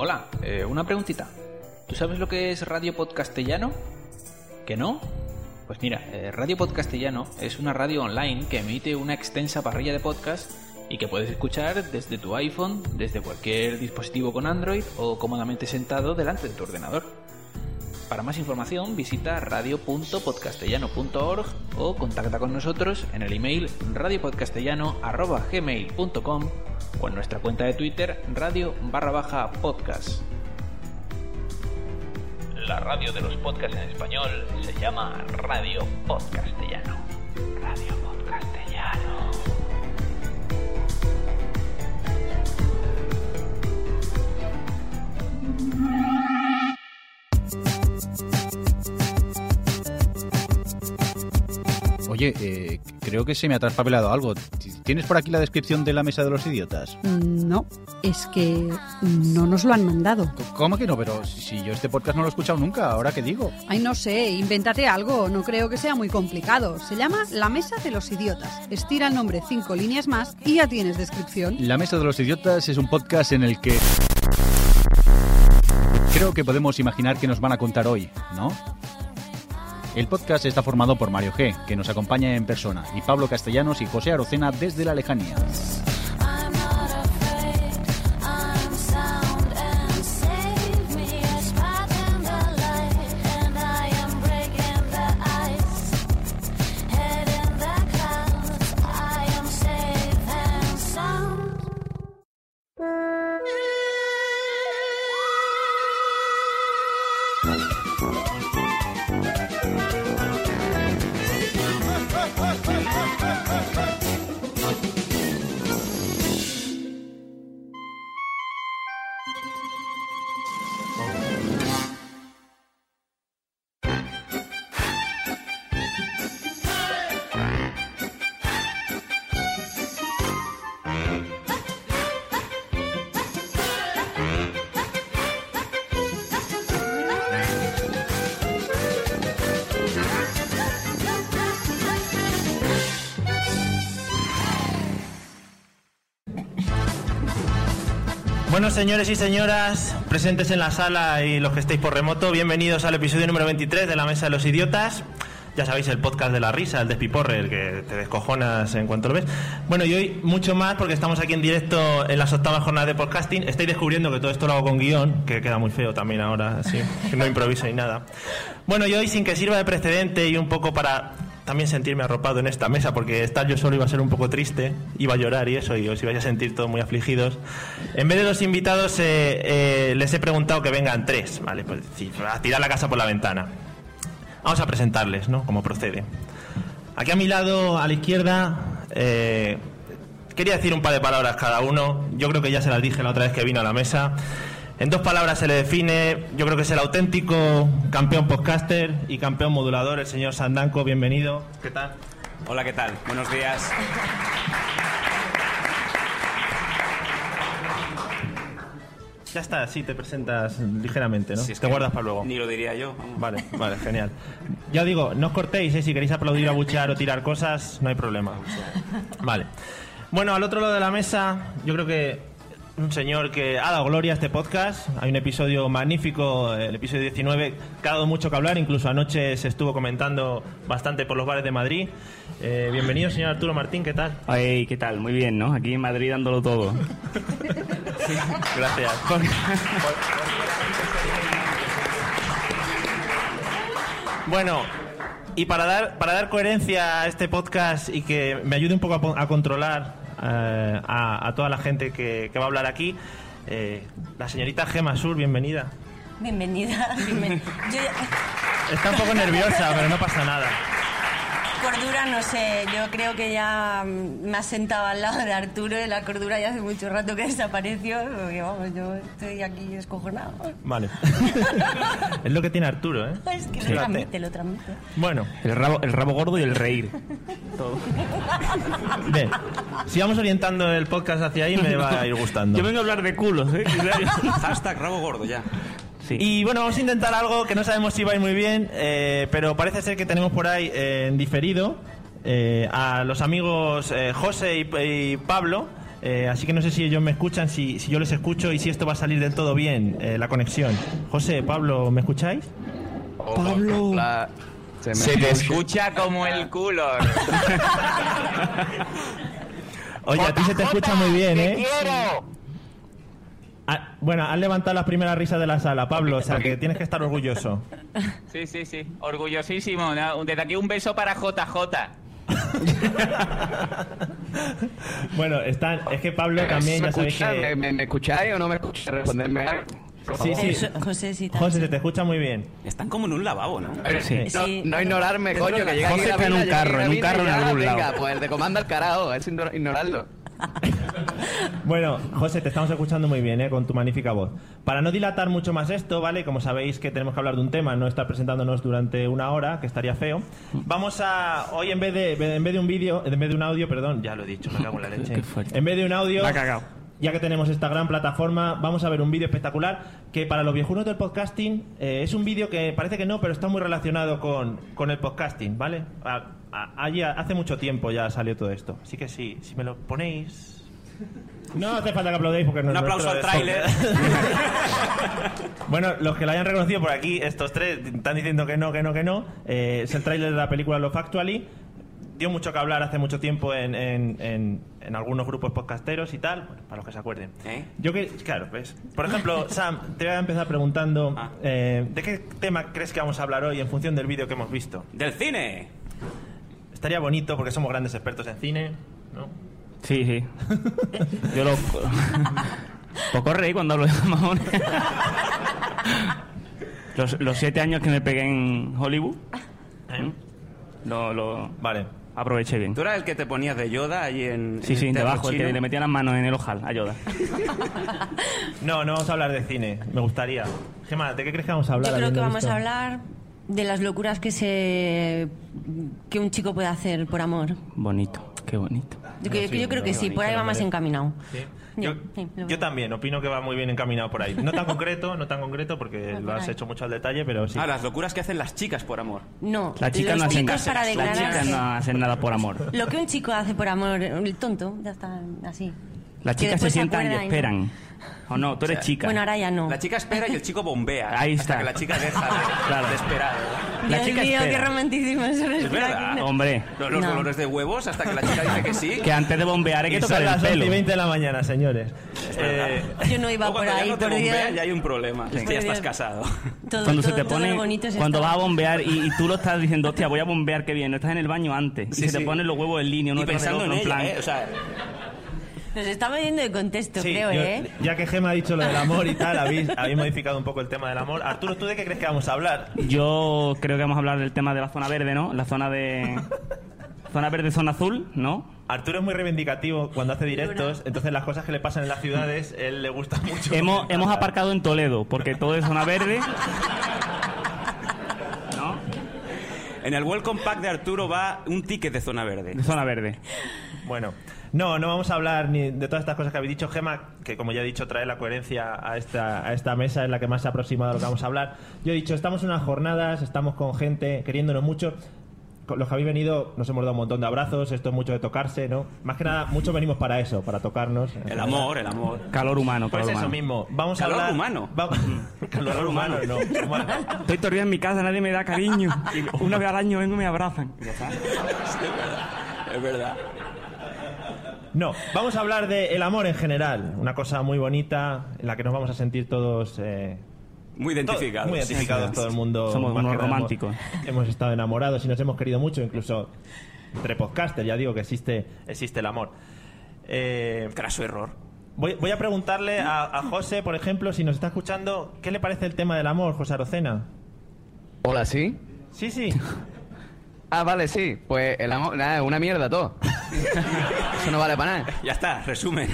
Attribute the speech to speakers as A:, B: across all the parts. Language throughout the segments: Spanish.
A: Hola, eh, una preguntita. ¿Tú sabes lo que es Radio Podcastellano? ¿Que no? Pues mira, eh, Radio Podcastellano es una radio online que emite una extensa parrilla de podcasts y que puedes escuchar desde tu iPhone, desde cualquier dispositivo con Android o cómodamente sentado delante de tu ordenador. Para más información visita radio.podcastellano.org o contacta con nosotros en el email radiopodcastellano.gmail.com o en nuestra cuenta de Twitter radio barra baja podcast la radio de los podcasts en español se llama Radio Podcastellano. Radio Podcastellano.
B: Oye, eh, creo que se me ha traspapelado algo. ¿Tienes por aquí la descripción de la mesa de los idiotas?
C: No, es que no nos lo han mandado.
B: ¿Cómo que no? Pero si yo este podcast no lo he escuchado nunca, ¿ahora qué digo?
C: Ay, no sé, invéntate algo, no creo que sea muy complicado. Se llama La Mesa de los Idiotas. Estira el nombre cinco líneas más y ya tienes descripción.
B: La mesa de los idiotas es un podcast en el que... Creo que podemos imaginar que nos van a contar hoy, ¿no? El podcast está formado por Mario G, que nos acompaña en persona, y Pablo Castellanos y José Arocena desde la lejanía.
D: Bueno, señores y señoras, presentes en la sala y los que estéis por remoto, bienvenidos al episodio número 23 de La Mesa de los Idiotas. Ya sabéis, el podcast de la risa, el despiporre, el que te descojonas en cuanto lo ves. Bueno, y hoy mucho más porque estamos aquí en directo en las octavas jornadas de podcasting. Estáis descubriendo que todo esto lo hago con guión, que queda muy feo también ahora, así, que no improviso ni nada. Bueno, y hoy, sin que sirva de precedente y un poco para también sentirme arropado en esta mesa, porque estar yo solo iba a ser un poco triste, iba a llorar y eso, y os ibais a sentir todos muy afligidos. En vez de dos invitados, eh, eh, les he preguntado que vengan tres, ¿vale? Pues sí, a tirar la casa por la ventana. Vamos a presentarles, ¿no? Como procede. Aquí a mi lado, a la izquierda, eh, quería decir un par de palabras cada uno. Yo creo que ya se las dije la otra vez que vino a la mesa. En dos palabras se le define, yo creo que es el auténtico campeón podcaster y campeón modulador, el señor Sandanco, bienvenido. ¿Qué tal?
E: Hola, ¿qué tal? Buenos días.
D: Ya está, sí, te presentas ligeramente, ¿no?
E: Si es
D: te
E: que
D: guardas para luego.
E: Ni lo diría yo. vamos.
D: Vale, vale, genial. Ya digo, no os cortéis, ¿eh? si queréis aplaudir, abuchear o tirar cosas, no hay problema. Vale. Bueno, al otro lado de la mesa, yo creo que un señor que ha dado gloria a este podcast. Hay un episodio magnífico, el episodio 19, que ha dado mucho que hablar. Incluso anoche se estuvo comentando bastante por los bares de Madrid. Eh, bienvenido, señor Arturo Martín, ¿qué tal?
F: Ay, ¿qué tal? Muy bien, ¿no? Aquí en Madrid dándolo todo.
D: Gracias. Bueno, y para dar, para dar coherencia a este podcast y que me ayude un poco a po- a, controlar eh, a, a toda la gente que, que va a hablar aquí, eh, la señorita Gema Sur, bienvenida.
G: Bienvenida. bienven- Yo ya-
D: Está un poco nerviosa, pero no pasa nada.
G: Cordura, no sé, yo creo que ya mm, me ha sentado al lado de Arturo y la cordura ya hace mucho rato que desapareció, porque vamos, yo estoy aquí escojonado.
D: Vale. es lo que tiene Arturo, ¿eh?
G: Es Pues que
D: Fíjate.
G: lo transmite, lo transmite.
D: Bueno,
F: El rabo, el rabo gordo y el reír.
D: bien. Si vamos orientando el podcast hacia ahí, me va a ir gustando.
F: Yo vengo a hablar de culos, ¿eh?
E: Hashtag rabo gordo, ya.
F: Sí.
D: Y bueno, vamos a intentar algo que no sabemos si va a ir muy bien, eh, pero parece ser que tenemos por ahí eh, en diferido eh, a los amigos eh, José y, y Pablo. eh, así que no sé si ellos me escuchan, si, si yo les escucho y si esto va a salir del todo bien, eh, la conexión. José, Pablo, ¿me escucháis? Pablo.
H: Se, me
E: Se te escucha como el culo.
D: Oye, a ti se te escucha muy bien, ¿eh?
H: quiero!
D: Ah, bueno, has levantado las primeras risas de la sala, Pablo, o sea que tienes que estar orgulloso.
H: Sí, sí, sí. Orgullosísimo. ¿no? Desde aquí un beso para JJ.
D: Bueno, están, es que Pablo también,
H: ¿Me,
D: ya sabéis
H: escucháis?
D: que...
H: ¿Me- me escucháis o no me escucháis? Responderme algo, por
D: Sí,
H: favor.
D: sí.
G: José- José, sí, tal.
D: José, se te escucha muy bien.
E: Están como en un lavabo, ¿no?
H: Eh, No,
G: Sí.
H: no ignorarme, coño, que llega
F: José
H: aquí
F: está en un
H: Gabina,
F: carro,
H: llega
F: en un
H: Gabina y
F: carro en
H: ya,
F: algún
H: venga,
F: lado.
H: pues el de comando al carajo, es igno- ignorarlo.
D: Bueno, José, te estamos escuchando muy bien, ¿eh? Con tu magnífica voz. Para no dilatar mucho más esto, ¿vale? Como sabéis que tenemos que hablar de un tema, no estar presentándonos durante una hora, que estaría feo. Vamos a... Hoy en vez de, en vez de un vídeo, en vez de un audio, perdón, ya lo he dicho, me cago en la leche.
F: qué fuerte.
D: En vez de un audio...
F: Me ha cagado.
D: Ya que tenemos esta gran plataforma, vamos a ver un vídeo espectacular que para los viejunos del podcasting eh, es un vídeo que parece que no, pero está muy relacionado con, con el podcasting, ¿vale? A- a- allí a- hace mucho tiempo ya salió todo esto. Así que sí, si me lo ponéis... No hace falta que aplaudáis porque no
E: Un
D: es
E: aplauso al
D: nuestro,
E: tráiler.
D: es- Bueno, los que lo hayan reconocido por aquí, estos tres están diciendo que no, que no, que no. Eh, es el tráiler de la película Love Actually. Dio mucho que hablar hace mucho tiempo en, en- en- en algunos grupos podcasteros y tal, bueno, para los que se acuerden.
E: ¿Eh?
D: Yo que, claro, pues, por ejemplo, Sam, te voy a empezar preguntando,
E: Ah.
D: eh, ¿de qué tema crees que vamos a hablar hoy en función del vídeo que hemos visto?
E: Del cine.
D: Estaría bonito porque somos grandes expertos en cine, ¿no?
F: Sí, sí. Yo lo. Poco reí cuando hablo de mamones. Los, los siete años que me pegué en Hollywood,
E: ¿Mm?
F: lo, lo
D: Vale.
F: aproveché bien.
E: ¿Tú eras el que te ponías de Yoda allí en.
F: Sí,
E: en
F: sí,
E: el
F: debajo, el
E: teatro
F: que le
E: chino?
F: metía las manos en el ojal, a Yoda.
D: No, no vamos a hablar de cine, me gustaría. Gemma, ¿de qué crees que vamos a hablar?
G: Yo creo que
D: habiendo
G: vamos
D: visto?
G: a hablar de las locuras que se que un chico puede hacer por amor.
F: Bonito, qué bonito.
G: Yo, que- yo creo que sí, por ahí va más encaminado.
D: Yo,
G: Sí, lo
D: yo
G: veo.
D: también, opino que va muy bien encaminado por ahí. No tan concreto, no tan concreto porque
G: No,
D: lo
G: Ah, por
D: has
G: ahí.
D: hecho mucho al detalle, pero sí.
E: Ah, las locuras que hacen las chicas por amor.
G: No,
F: Las chicas no
G: los
F: hacen
G: chicos para
F: Las chicas
G: declararse.
F: no hacen nada por amor.
G: Lo que un chico hace por amor, el tonto, ya está así.
F: Las
G: Que
F: chicas se
G: después
F: sientan y
G: acuerdan
F: esperan. O no, tú eres chica.
G: Bueno, ahora ya no.
E: La chica espera y el chico bombea. ¿eh?
F: Ahí
E: hasta
F: está.
E: que la chica deja de,
F: Claro.
E: de esperar. ¿verdad?
F: la
G: Dios
F: chica
G: mío,
F: espera.
G: qué romanticismo eso,
E: Es
G: espera
E: verdad.
G: que no.
F: Hombre,
E: Los, los
G: No.
E: dolores de huevos hasta que la chica dice que sí.
F: que antes de bombear hay
D: Y
F: que
D: son
F: tocar el
D: las 11
F: pelo.
D: y 20 de la mañana, señores. Eh,
G: Yo no
E: Luego,
G: iba por
E: cuando
G: ahí,
E: ya no te
G: por
E: bombea,
G: Dios.
E: ya hay un problema. Es que ya
G: Por
E: estás
G: Dios.
E: casado.
G: Todo,
F: cuando se
G: todo-
F: te
G: todo
F: pone
G: lo bonito es
F: cuando
G: esto.
F: vas a bombear y, y tú lo estás diciendo hostia voy a bombear que bien no estás en el baño antes
E: Sí,
F: y se
E: sí.
F: te ponen los huevos en línea uno
E: y
F: tras del
E: pensando en
F: otro,
E: ella,
F: en plan
E: ¿eh? O sea,
G: Nos está metiendo de contexto,
D: sí,
G: creo,
D: yo-
G: ¿eh?
D: Ya que Gema ha dicho lo del amor y tal, habéis, habéis modificado un poco el tema del amor. Arturo, ¿tú de qué crees que vamos a hablar?
F: yo creo que vamos a hablar del tema de la zona verde no la zona de zona verde zona azul no
D: Arturo es muy reivindicativo cuando hace directos, entonces las cosas que le pasan en las ciudades, él le gusta mucho.
F: hemos hemos aparcado en Toledo porque todo es zona verde no
E: en el Welcome Pack de Arturo va un ticket de zona verde.
F: de zona verde
D: Bueno, no, no vamos a hablar ni de todas estas cosas que habéis dicho, Gema, que como ya he dicho, trae la coherencia a esta, a esta mesa en la que más se aproxima de lo que vamos a hablar. Yo he dicho, estamos en unas jornadas, estamos con gente queriéndonos mucho. Con los que habéis venido nos hemos dado un montón de abrazos, esto es mucho de tocarse, ¿no? Más que nada, muchos venimos para eso, para tocarnos.
E: El amor, el amor.
F: calor humano
D: Pues
F: calor
D: eso
F: humano.
D: mismo, vamos
E: Calor
D: a hablar...
E: humano.
D: va- calor humano, no. humano.
F: Estoy todavía en mi casa, nadie me da cariño. Y Una vez al año vengo y me abrazan.
E: Es verdad.
D: No, vamos a hablar del el amor en general, una cosa muy bonita en la que nos vamos a sentir todos... eh,
E: Muy
D: Todo-
E: identificado.
D: Muy identificados, todo el mundo.
F: Somos
D: más
F: unos
D: que nada,
F: románticos.
D: Hemos, hemos estado enamorados y nos hemos querido mucho, incluso entre podcasters, ya digo que existe, existe el amor. Eh,
E: Craso error.
D: voy, voy a preguntarle a, a José, por ejemplo, si nos está escuchando, ¿qué le parece el tema del amor, José Arocena?
H: Hola, ¿sí?
D: Sí, sí.
I: Ah, vale, sí. Pues el amor, nada, es una mierda todo. Eso no vale para nada.
E: Ya está, resumen.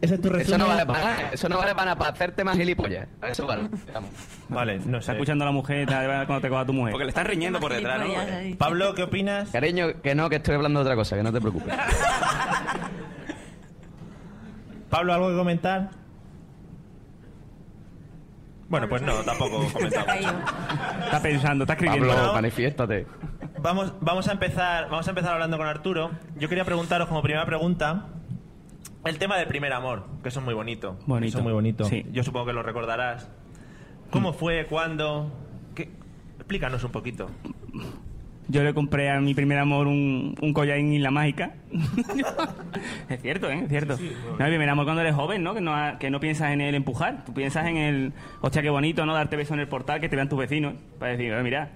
I: Ese es tu Eso no
F: resumen.
I: vale para nada. Eso no vale para nada, para hacerte más gilipollas. Eso vale. Vamos.
D: Vale, no
F: Está escuchando a la mujer te- cuando te coja tu mujer.
E: Porque le están riñendo por detrás, ¿no?
D: Pablo, ¿qué opinas?
I: Cariño, que no, que estoy hablando de otra cosa, que no te preocupes.
D: Pablo, ¿algo que comentar? Bueno, pues no, tampoco comentamos.
F: Está pensando, está escribiendo.
I: Pablo,
D: ¿no?
I: manifiéstate.
D: Vamos, vamos a empezar, vamos a empezar hablando con Arturo. Yo quería preguntaros como primera pregunta el tema del primer amor, que eso es muy bonito.
F: Bonito.
D: Eso es muy bonito.
F: Sí. Mm.
D: Yo supongo que lo recordarás. ¿Cómo fue? ¿Cuándo? ¿Qué? Explícanos un poquito.
F: Yo le compré a mi primer amor un, un collar en Isla Mágica. es cierto, ¿eh? Es cierto. No, el primer amor cuando eres joven, ¿no? Que no, ha- que no piensas en el empujar. Tú piensas en el, hostia, qué bonito, ¿no? Darte beso en el portal, que te vean tus vecinos. Para decir, "Oye, mira,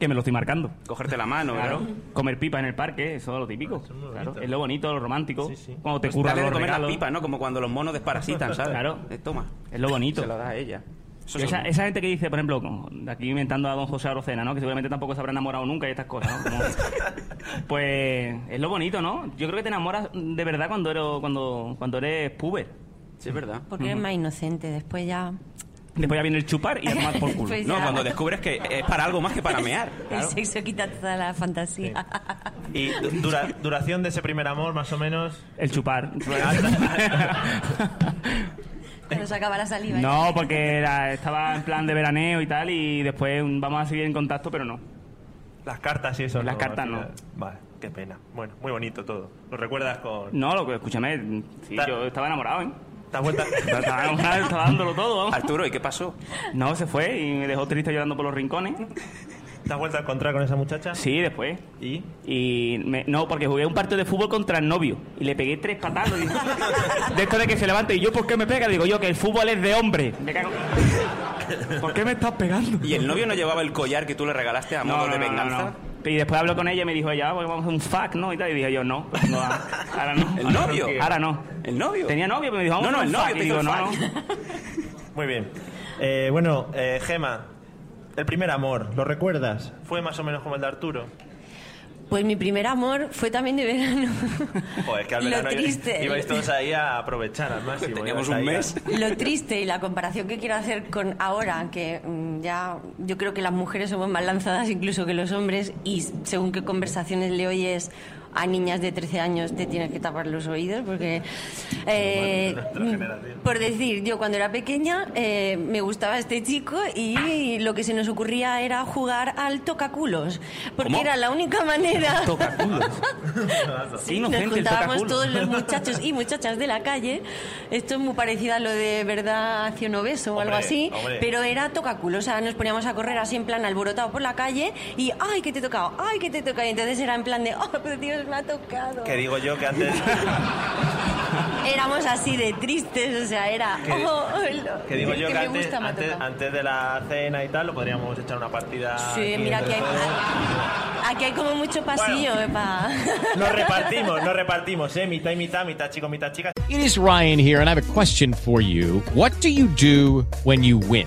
F: que me lo estoy marcando.
E: Cogerte la mano,
F: Claro.
E: ¿no?
F: Comer pipa en el parque, eso es lo típico. Claro. Es lo bonito, lo romántico. Cuando te
E: Pues
F: curran
E: darle de
F: los
E: comer las
F: regalos.
E: pipas, ¿no? Como cuando los monos desparasitan, ¿sabes?
F: Claro.
E: Eh, Toma,
F: Es lo bonito.
E: se la das a ella. Eso
F: Yo
E: es
F: esa,
E: un-
F: esa gente que dice, por ejemplo, con- aquí inventando a don José Arocena, ¿no? Que seguramente tampoco se habrá enamorado nunca y estas cosas, ¿no? Como- pues es lo bonito, ¿no? Yo creo que te enamoras de verdad cuando eres, cuando, cuando eres puber.
E: Sí, es verdad.
G: Porque eres más inocente, después ya...
F: Después ya viene el chupar y a tomar por culo.
G: Pues
E: No,
G: ya.
E: cuando descubres que es para algo más que para mear.
G: El sexo quita toda la fantasía.
D: Y du- dura- duración de ese primer amor, más o menos.
F: El chupar.
G: Cuando se acaba la saliva. ¿eh?
F: no, porque era- estaba en plan de veraneo y tal y después mm, vamos a seguir en contacto, pero no.
D: Las cartas y eso.
F: Las
D: ¿no?
F: cartas
D: Al
F: no.
D: final. Vale, qué pena. Bueno, muy bonito todo. ¿Lo recuerdas con...?
F: No, lo que escúchame, sí,
D: Ta-
F: yo estaba enamorado, ¿eh?
D: ¿Te has vuelto a-
F: Estaba enamorado, estaba dándolo todo, vamos.
E: Arturo, ¿y qué pasó?
F: No, se fue y me dejó triste llorando por los rincones.
D: ¿Te has vuelto a encontrar con esa muchacha?
F: Sí, después.
D: ¿Y?
F: Y me- no, porque jugué un partido de fútbol contra el novio y le pegué tres patadas. digo, de esto de que se levante. ¿Y yo por qué me pega? Digo yo que el fútbol es de hombre. Me cago. ¿Por qué me estás pegando?
E: ¿Y el novio no llevaba el collar que tú le regalaste a modo de venganza?
F: no. Y después habló con ella y me dijo, ya, pues vamos a hacer un fuck, ¿no? Y, tal. y dije yo, no, no, ahora no.
E: ¿El novio?
F: Ahora no.
E: ¿El novio?
F: Tenía novio, pero me dijo, vamos
E: No, no,
F: a hacer
E: el
F: un
E: novio
F: fuck.
E: te
F: Y
E: hizo
F: digo, no,
E: el
F: no.
D: Muy bien. Eh, bueno, eh, Gema, el primer amor, ¿lo recuerdas? Fue más o menos como el de Arturo.
G: Pues mi primer amor fue también de verano.
D: Joder, que al
G: Lo
D: verano iba-
G: triste.
D: ibais todos ahí a aprovechar al máximo. ibais
E: Teníamos un
D: ahí a-
E: mes.
G: Lo triste y la comparación que quiero hacer con ahora, que mm, ya yo creo que las mujeres somos más lanzadas incluso que los hombres y s- según qué conversaciones le oyes a niñas de 13 años te tienes que tapar los oídos porque eh, mm, por decir yo cuando era pequeña eh, me gustaba este chico y lo que se nos ocurría era jugar al tocaculos porque
E: ¿Cómo?
G: era la única manera
F: Qué
G: Sí, nos
F: inocente el
G: juntábamos
F: tocaculo.
G: todos los muchachos y muchachas de la calle. Esto es muy parecido a lo de verdad acción obeso o algo
D: Hombre,
G: así,
D: hombre.
G: pero era tocaculo. O sea, nos poníamos a correr así en plan alborotado por la calle y ¡ay, que te he tocado! ¡ay, que te he tocado! Y entonces era en plan de ¡oh, pero Dios, me ha tocado!
D: Que digo yo que antes,
G: Éramos así de tristes, o sea, era
D: Que-
G: ¡oh, lo-
D: que digo yo que
G: me
D: antes,
G: gusta, me ha
D: antes,
G: tocado".
D: antes de la cena y tal, lo podríamos echar una partida.
G: Sí,
D: aquí
G: mira, aquí
D: entre
G: hay,
D: todos.
G: aquí hay como mucho pasillo eh, pa-
D: Nos repartimos, nos repartimos, ¿eh? Mitad y mitad, mitad chico, mitad chica.
J: It is Ryan here, and I have a question for you. What do you do when you win?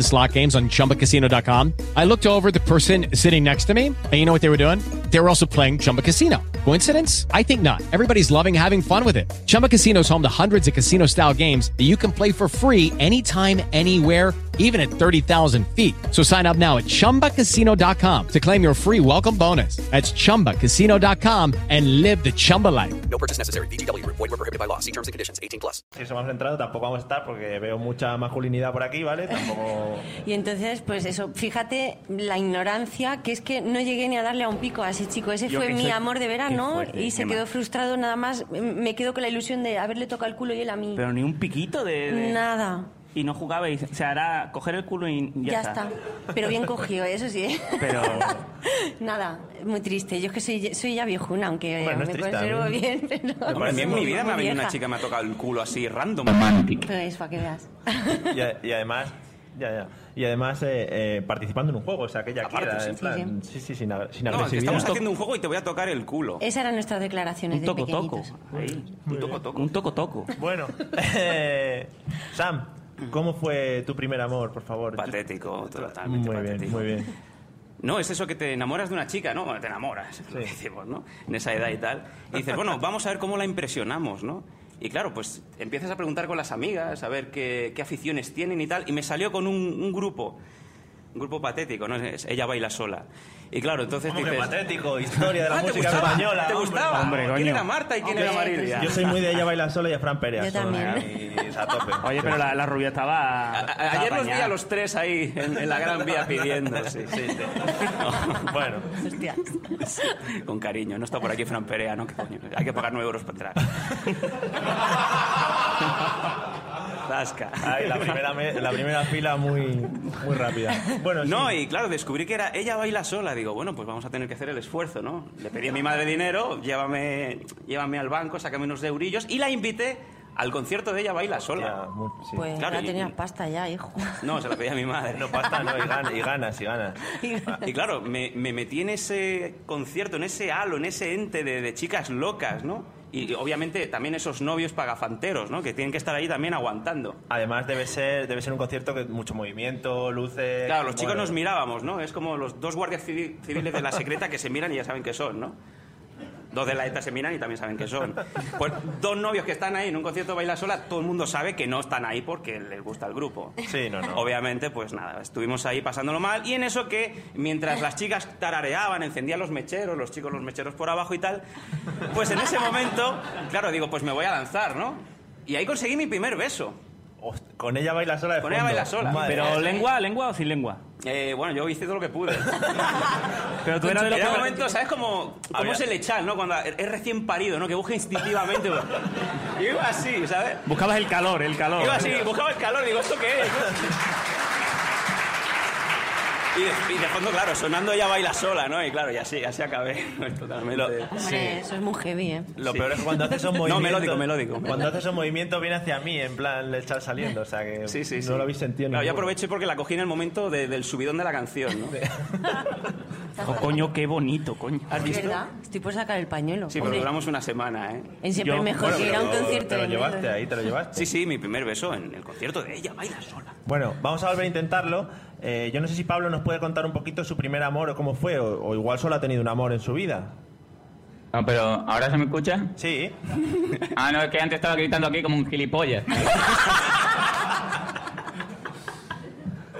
J: slot games on chumbacasino.com. I looked over at the person sitting next to me, and you know what they were doing? They were also playing Chumba Casino. Coincidence? I think not. Everybody's loving having fun with it. Chumba Casino is home to hundreds of casino style games that you can play for free anytime, anywhere, even at 30,000 feet. So sign up now at chumbacasino.com to claim your free welcome bonus. That's chumbacasino.com and live the Chumba life.
D: Si somos entrado, tampoco vamos a estar porque veo mucha masculinidad por aquí, ¿vale? Tampoco.
G: Y entonces, pues eso, fíjate la ignorancia, que es que no llegué ni a darle a un pico a ese chico. Ese
E: Yo
G: fue
E: que
G: mi
E: soy-
G: amor de
F: Qué
G: verano
F: fuerte,
G: y se
F: Gemma.
G: quedó frustrado nada más. M- Me quedo con la ilusión de haberle tocado el culo y él a mí.
E: eh,
F: Pero ni un piquito de... de-
G: Nada.
F: y no jugabais. O sea, era coger el culo y ya,
G: Ya está. Pero bien cogido, eso sí. ¿eh?
F: Pero
G: Nada, muy triste. Yo es que soy, soy ya viejuna, aunque
E: Hombre, no es
G: me
E: triste,
G: conservo
E: a mí-
G: bien. Pero
E: Hombre, a mí en mi vida me ha venido
G: vieja.
E: una chica que me ha tocado el culo así random.
G: Pues, para que veas.
D: Y, a- y además, ya, ya. Y además eh, eh, participando en un juego, o sea, que ella
E: Aparte,
D: quiera,
E: sí,
D: en
E: sí,
D: plan, sí, sí, sin, ag- sin
E: No, que
D: agresividad.
E: estamos haciendo un juego y te voy a tocar el culo.
G: Esas eran nuestras declaraciones de Eh, pequeñitos.
E: Un toco toco.
F: Un toco toco.
D: Bueno, eh, Sam, ¿cómo fue tu primer amor, por favor?
E: Patético, totalmente
D: Muy bien,
E: patético.
D: muy bien.
E: No, es eso que te enamoras de una chica, ¿no? Bueno, te enamoras, lo decimos, ¿no? En esa edad y tal. Y dices, bueno, vamos a ver cómo la impresionamos, ¿no? Y claro, pues empiezas a preguntar con las amigas, a ver qué, qué aficiones tienen y tal. Y me salió con un, un grupo, un grupo patético, ¿no? Es- ella baila sola. Y claro, entonces
D: Hombre,
E: dices...
D: patético, historia de la
E: "Ah, ¿te
D: música
E: gustaba?
D: española,
E: ¿Te
D: hombre".
E: gustaba?
D: Hombre,
E: ¿Quién
D: coño.
E: era Marta y quién era Marilia?
D: Yo soy muy de ella baila sola y a Fran Perea.
E: Yo
D: solo,
E: también.
D: y es a tope.
F: Oye, pero la, la rubia estaba.
E: A- Ayer los vi a los tres ahí, en, en la Gran Vía, pidiendo. Sí, sí, sí.
D: Bueno.
G: Hostia.
E: Con cariño. No está por aquí Fran Perea, ¿no? ¿Qué coño? Hay que pagar nueve euros para entrar. Zasca.
D: Ay, la primera, me- la primera fila muy, muy rápida. Bueno,
E: No, y claro, descubrí que era ella baila sola. Digo, bueno, pues vamos a tener que hacer el esfuerzo, ¿no? Le pedí a mi madre dinero, llévame, llévame al banco, sácame unos eurillos y la invité al concierto de ella baila sola.
G: Pues
E: Claro,
G: ya
E: y-
G: tenías pasta ya, hijo.
E: No, se la pedí a mi madre.
D: No, pasta no, y ganas, y ganas, y ganas.
E: Y claro, me, me metí en ese concierto, en ese halo, en ese ente de, de chicas locas, ¿no? Y obviamente también esos novios pagafanteros, ¿no? Que tienen que estar ahí también aguantando.
D: Además debe ser, debe ser un concierto que mucho movimiento, luces.
E: Claro, los chicos
D: bueno.
E: nos mirábamos, ¿no? Es como los dos guardias civi- civiles de la secreta que se miran y ya saben qué son, ¿no? Dos de la ETA se miran y también saben qué son. Pues dos novios que están ahí en un concierto de baila sola, todo el mundo sabe que no están ahí porque les gusta el grupo.
D: Sí, no, no.
E: Obviamente, pues nada, estuvimos ahí pasándolo mal. Y en eso que, mientras las chicas tarareaban, encendían los mecheros, los chicos los mecheros por abajo y tal, pues en ese momento, claro, digo, pues me voy a lanzar, ¿no? Y ahí conseguí mi primer beso.
D: Con ella baila sola de
E: Con ella
D: fondo.
E: baila sola.
D: Madre
F: Pero
D: mía.
F: lengua, Ah, lengua o sin lengua.
E: Eh, bueno, yo hice todo lo que pude.
F: Pero tú eras de los
E: Era
F: que-
E: un momento, ¿sabes cómo, cómo
F: Había-
E: es el echar, no? Cuando es recién parido, ¿no? Que busca instintivamente. pues. Y Iba así, ¿sabes?
F: Buscabas el calor, el calor.
E: Iba así, buscaba el calor, digo, ¿esto qué es? Y de, y de fondo, claro, sonando ella baila sola, ¿no? Y claro, y así, así acabé. Totalmente.
G: Hombre, eso es muy heavy, ¿eh?
D: Lo
E: Sí.
D: peor es cuando haces un
E: No,
D: movimiento.
E: melódico, melódico.
D: Cuando haces un movimiento viene hacia mí, en plan, le echar saliendo. O sea que
E: Sí, sí,
D: no
E: sí.
D: lo habéis sentido.
E: Claro, yo
D: ninguno.
E: aproveché porque la cogí en el momento de- del subidón de la canción, ¿no?
F: Oh, coño, qué bonito, coño.
E: ¿Has
G: Es
E: visto?
G: verdad, estoy por sacar el pañuelo.
E: Sí, pero
G: Hombre,
E: duramos una semana, ¿eh?
G: En siempre Yo- mejor
D: Bueno,
G: que ir a un
D: pero
G: concierto
D: Te lo
G: de
D: llevaste
G: Melo.
D: ahí, te lo llevaste.
E: Sí, sí, mi primer beso en el concierto de ella baila sola.
D: Bueno, vamos a volver a intentarlo. Eh, yo no sé si Pablo nos puede contar un poquito su primer amor o cómo fue, o, o igual solo ha tenido un amor en su vida.
H: No, pero ¿ahora se me escucha?
D: Sí.
H: Ah, no, es que antes estaba gritando aquí como un gilipollas.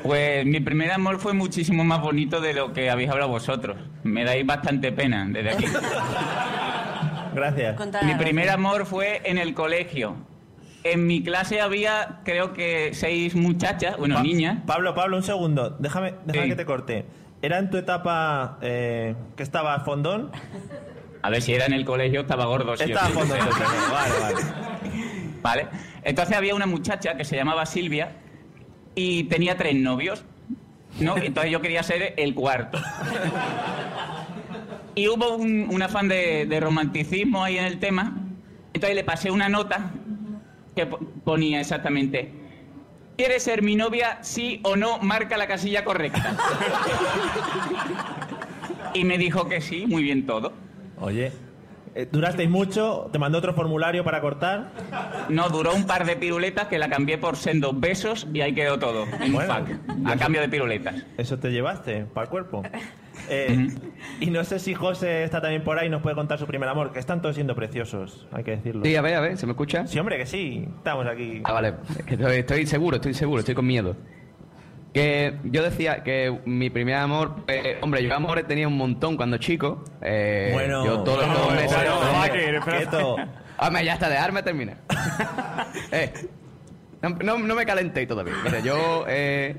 H: Pues mi primer amor fue muchísimo más bonito de lo que habéis hablado vosotros. Me dais bastante pena desde aquí.
D: Gracias.
H: Mi primer amor fue en el colegio. En mi clase había, creo que, seis muchachas, bueno,
D: Pa-
H: niñas.
D: Pablo, Pablo, un segundo. Déjame, déjame que te corte. ¿Era en tu etapa eh, que estaba fondón?
H: A ver si era en el colegio, estaba gordo. sí o
D: Estaba
H: sí.
D: fondón. vale, vale.
H: Vale. Entonces había una muchacha que se llamaba Silvia y tenía tres novios. ¿no? Entonces yo quería ser el cuarto. Y hubo un, un afán de, de romanticismo ahí en el tema. Entonces le pasé una nota que po- ponía exactamente. ¿Quieres ser mi novia? Sí o no, marca la casilla correcta. Y me dijo que sí, muy bien todo.
D: Oye, eh, ¿durasteis mucho? ¿Te mandó otro formulario para cortar?
H: No, duró un par de piruletas que la cambié por sendos besos y ahí quedó todo. En un pack. A cambio de piruletas.
D: Eso te llevaste para el cuerpo. Eh, y no sé si José está también por ahí y nos puede contar su primer amor, que están todos siendo preciosos, hay que decirlo.
I: Sí, a ver, a ver, ¿se me escucha?
D: Sí, hombre, que sí, estamos aquí.
I: Ah, vale. Es que Estoy, estoy seguro, estoy seguro, estoy con miedo. Que yo decía que mi primer amor, eh, hombre, yo amores tenía un montón cuando chico. eh,
D: Bueno.
I: yo todos los
D: Bueno,
I: meses.
D: bueno,
I: todos los
D: Joaquín,
I: meses-
D: quieto.
I: Hombre, Ah, ya está, dejarme terminar. Eh, no, no- no me calenté todavía. Mira, yo eh,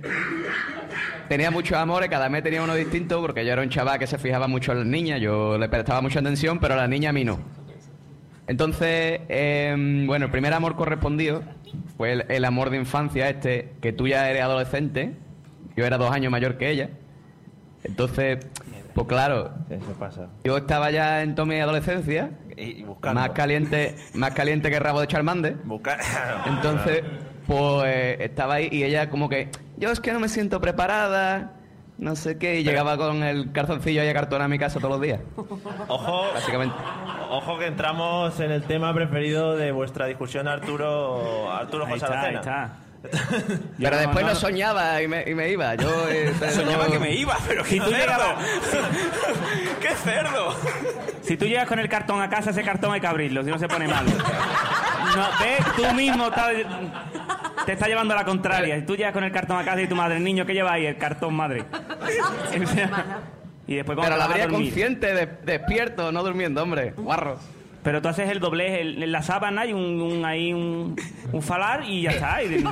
I: tenía muchos amores, cada mes tenía uno distinto, porque yo era un chaval que se fijaba mucho en las niñas, yo le prestaba mucha atención, pero a la niña a mí no. Entonces, eh, bueno, el primer amor correspondido fue el, el amor de infancia este, que tú ya eres adolescente, yo era dos años mayor que ella. Entonces, pues claro,
K: Eso pasa.
I: yo estaba ya en toda mi adolescencia,
K: Y, y buscando.
I: más caliente, más caliente que rabo de Charmander. Entonces, pues estaba ahí y ella como que, yo es que no me siento preparada, no sé qué, y llegaba con el calzoncillo ahí a cartón a mi casa todos los días.
D: Ojo, ojo que entramos en el tema preferido de vuestra discusión, Arturo, Arturo
I: Ahí
D: José
I: está,
D: Aracena.
I: ahí está. Pero después no, soñaba y me, y me iba. Yo, eh,
D: Soñaba que me iba, pero qué
F: Si tú
D: cerdo.
F: llegabas-
D: ¡Qué cerdo!
F: Si tú llegas con el cartón a casa, ese cartón hay que abrirlo, si no se pone malo. No, ve, tú mismo estás- te está llevando a la contraria. Si tú llegas con el cartón a casa y tu madre, niño, ¿qué lleva ahí? El cartón, madre. O sea, y después cuando
I: Pero la
F: te vas a
I: habría
F: dormir.
I: consciente, de- despierto, no durmiendo, hombre. Guarro.
F: Pero tú haces el doblez el- en la sábana y un, un- ahí un, un falar y ya está. y-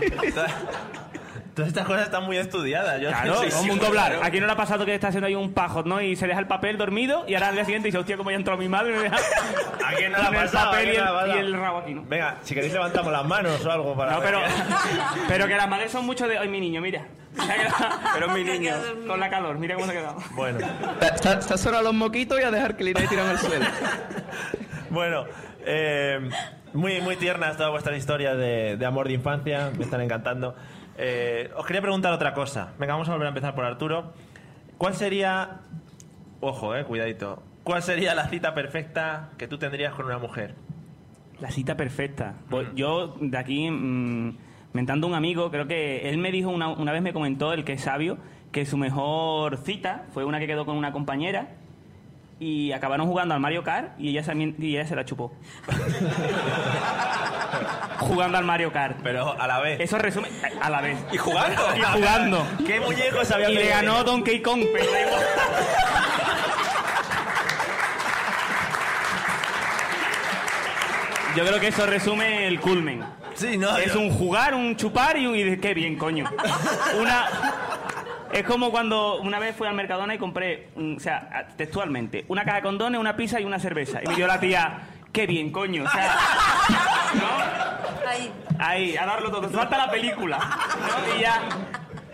D: Todas estas cosas están muy estudiadas. Yo
F: claro,
D: Sí, sí,
F: como un
D: claro.
F: doblar. Aquí no le ha pasado que está haciendo ahí un pajot, ¿no? Y se deja el papel dormido y ahora al día siguiente dice, hostia, cómo ya entró mi madre. Me deja
D: ¿A quién no
F: con
D: le ha
F: el
D: pasado? ¿A
F: papel y
D: quién no le ha
F: el,
D: pasado?
F: y el rabo aquí, ¿no?
D: Venga, si queréis levantamos las manos o algo para...
F: No,
D: ver
F: pero,
D: qué-
F: pero que las madres son mucho de. Ay, mi niño, mira. Se ha quedado-
D: Pero mi niño.
F: Con la calor, mira cómo se ha quedado.
D: Bueno,
I: Estás solo a los moquitos y a dejar que le iré tirado al suelo.
D: bueno. eh, muy, muy tiernas todas vuestras historias de, de amor de infancia. Me están encantando. Eh, os quería preguntar otra cosa. Venga, vamos a volver a empezar por Arturo. ¿Cuál sería... Ojo, eh, cuidadito. ¿Cuál sería la cita perfecta que tú tendrías con una mujer?
F: La cita perfecta. Pues yo de aquí, mm, mentando un amigo, creo que él me dijo una, una vez, me comentó, el que es sabio, que su mejor cita fue una que quedó con una compañera y acabaron jugando al Mario Kart y ella, también, y ella se la chupó. jugando al Mario Kart.
D: Pero a la vez.
F: Eso resume. A la vez.
D: Y jugando.
F: Y jugando.
D: ¿Qué muñecos había
F: Y le
D: pedido
F: ganó
D: ella?
F: Donkey Kong, pero da igual. Yo creo que eso resume el culmen.
D: Sí, no,
F: Es
D: yo-
F: un jugar, un chupar y un... y de- qué bien, coño. Una... Es como cuando una vez fui al Mercadona y compré, mm, o sea, a- textualmente, una caja de condones, una pizza y una cerveza. Y me dio la tía, qué bien, coño. O sea,
G: Ahí.
F: Ahí, a darlo todo. Falta la película. ¿no? Y ya.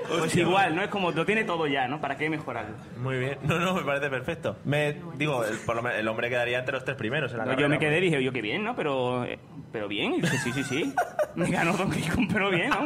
F: Pues igual, ¿no? Es como, lo tiene todo ya, ¿no? ¿Para qué mejorarlo?
D: Muy bien. No, no, me parece perfecto. Me, digo, el, por lo menos el hombre quedaría entre los tres primeros en la
F: No, yo
D: carrera,
F: me quedé y dije, yo qué bien, ¿no? Pero, eh, pero bien. Y dije, sí, sí, sí. Me ganó Donkey Kong, pero bien, ¿no?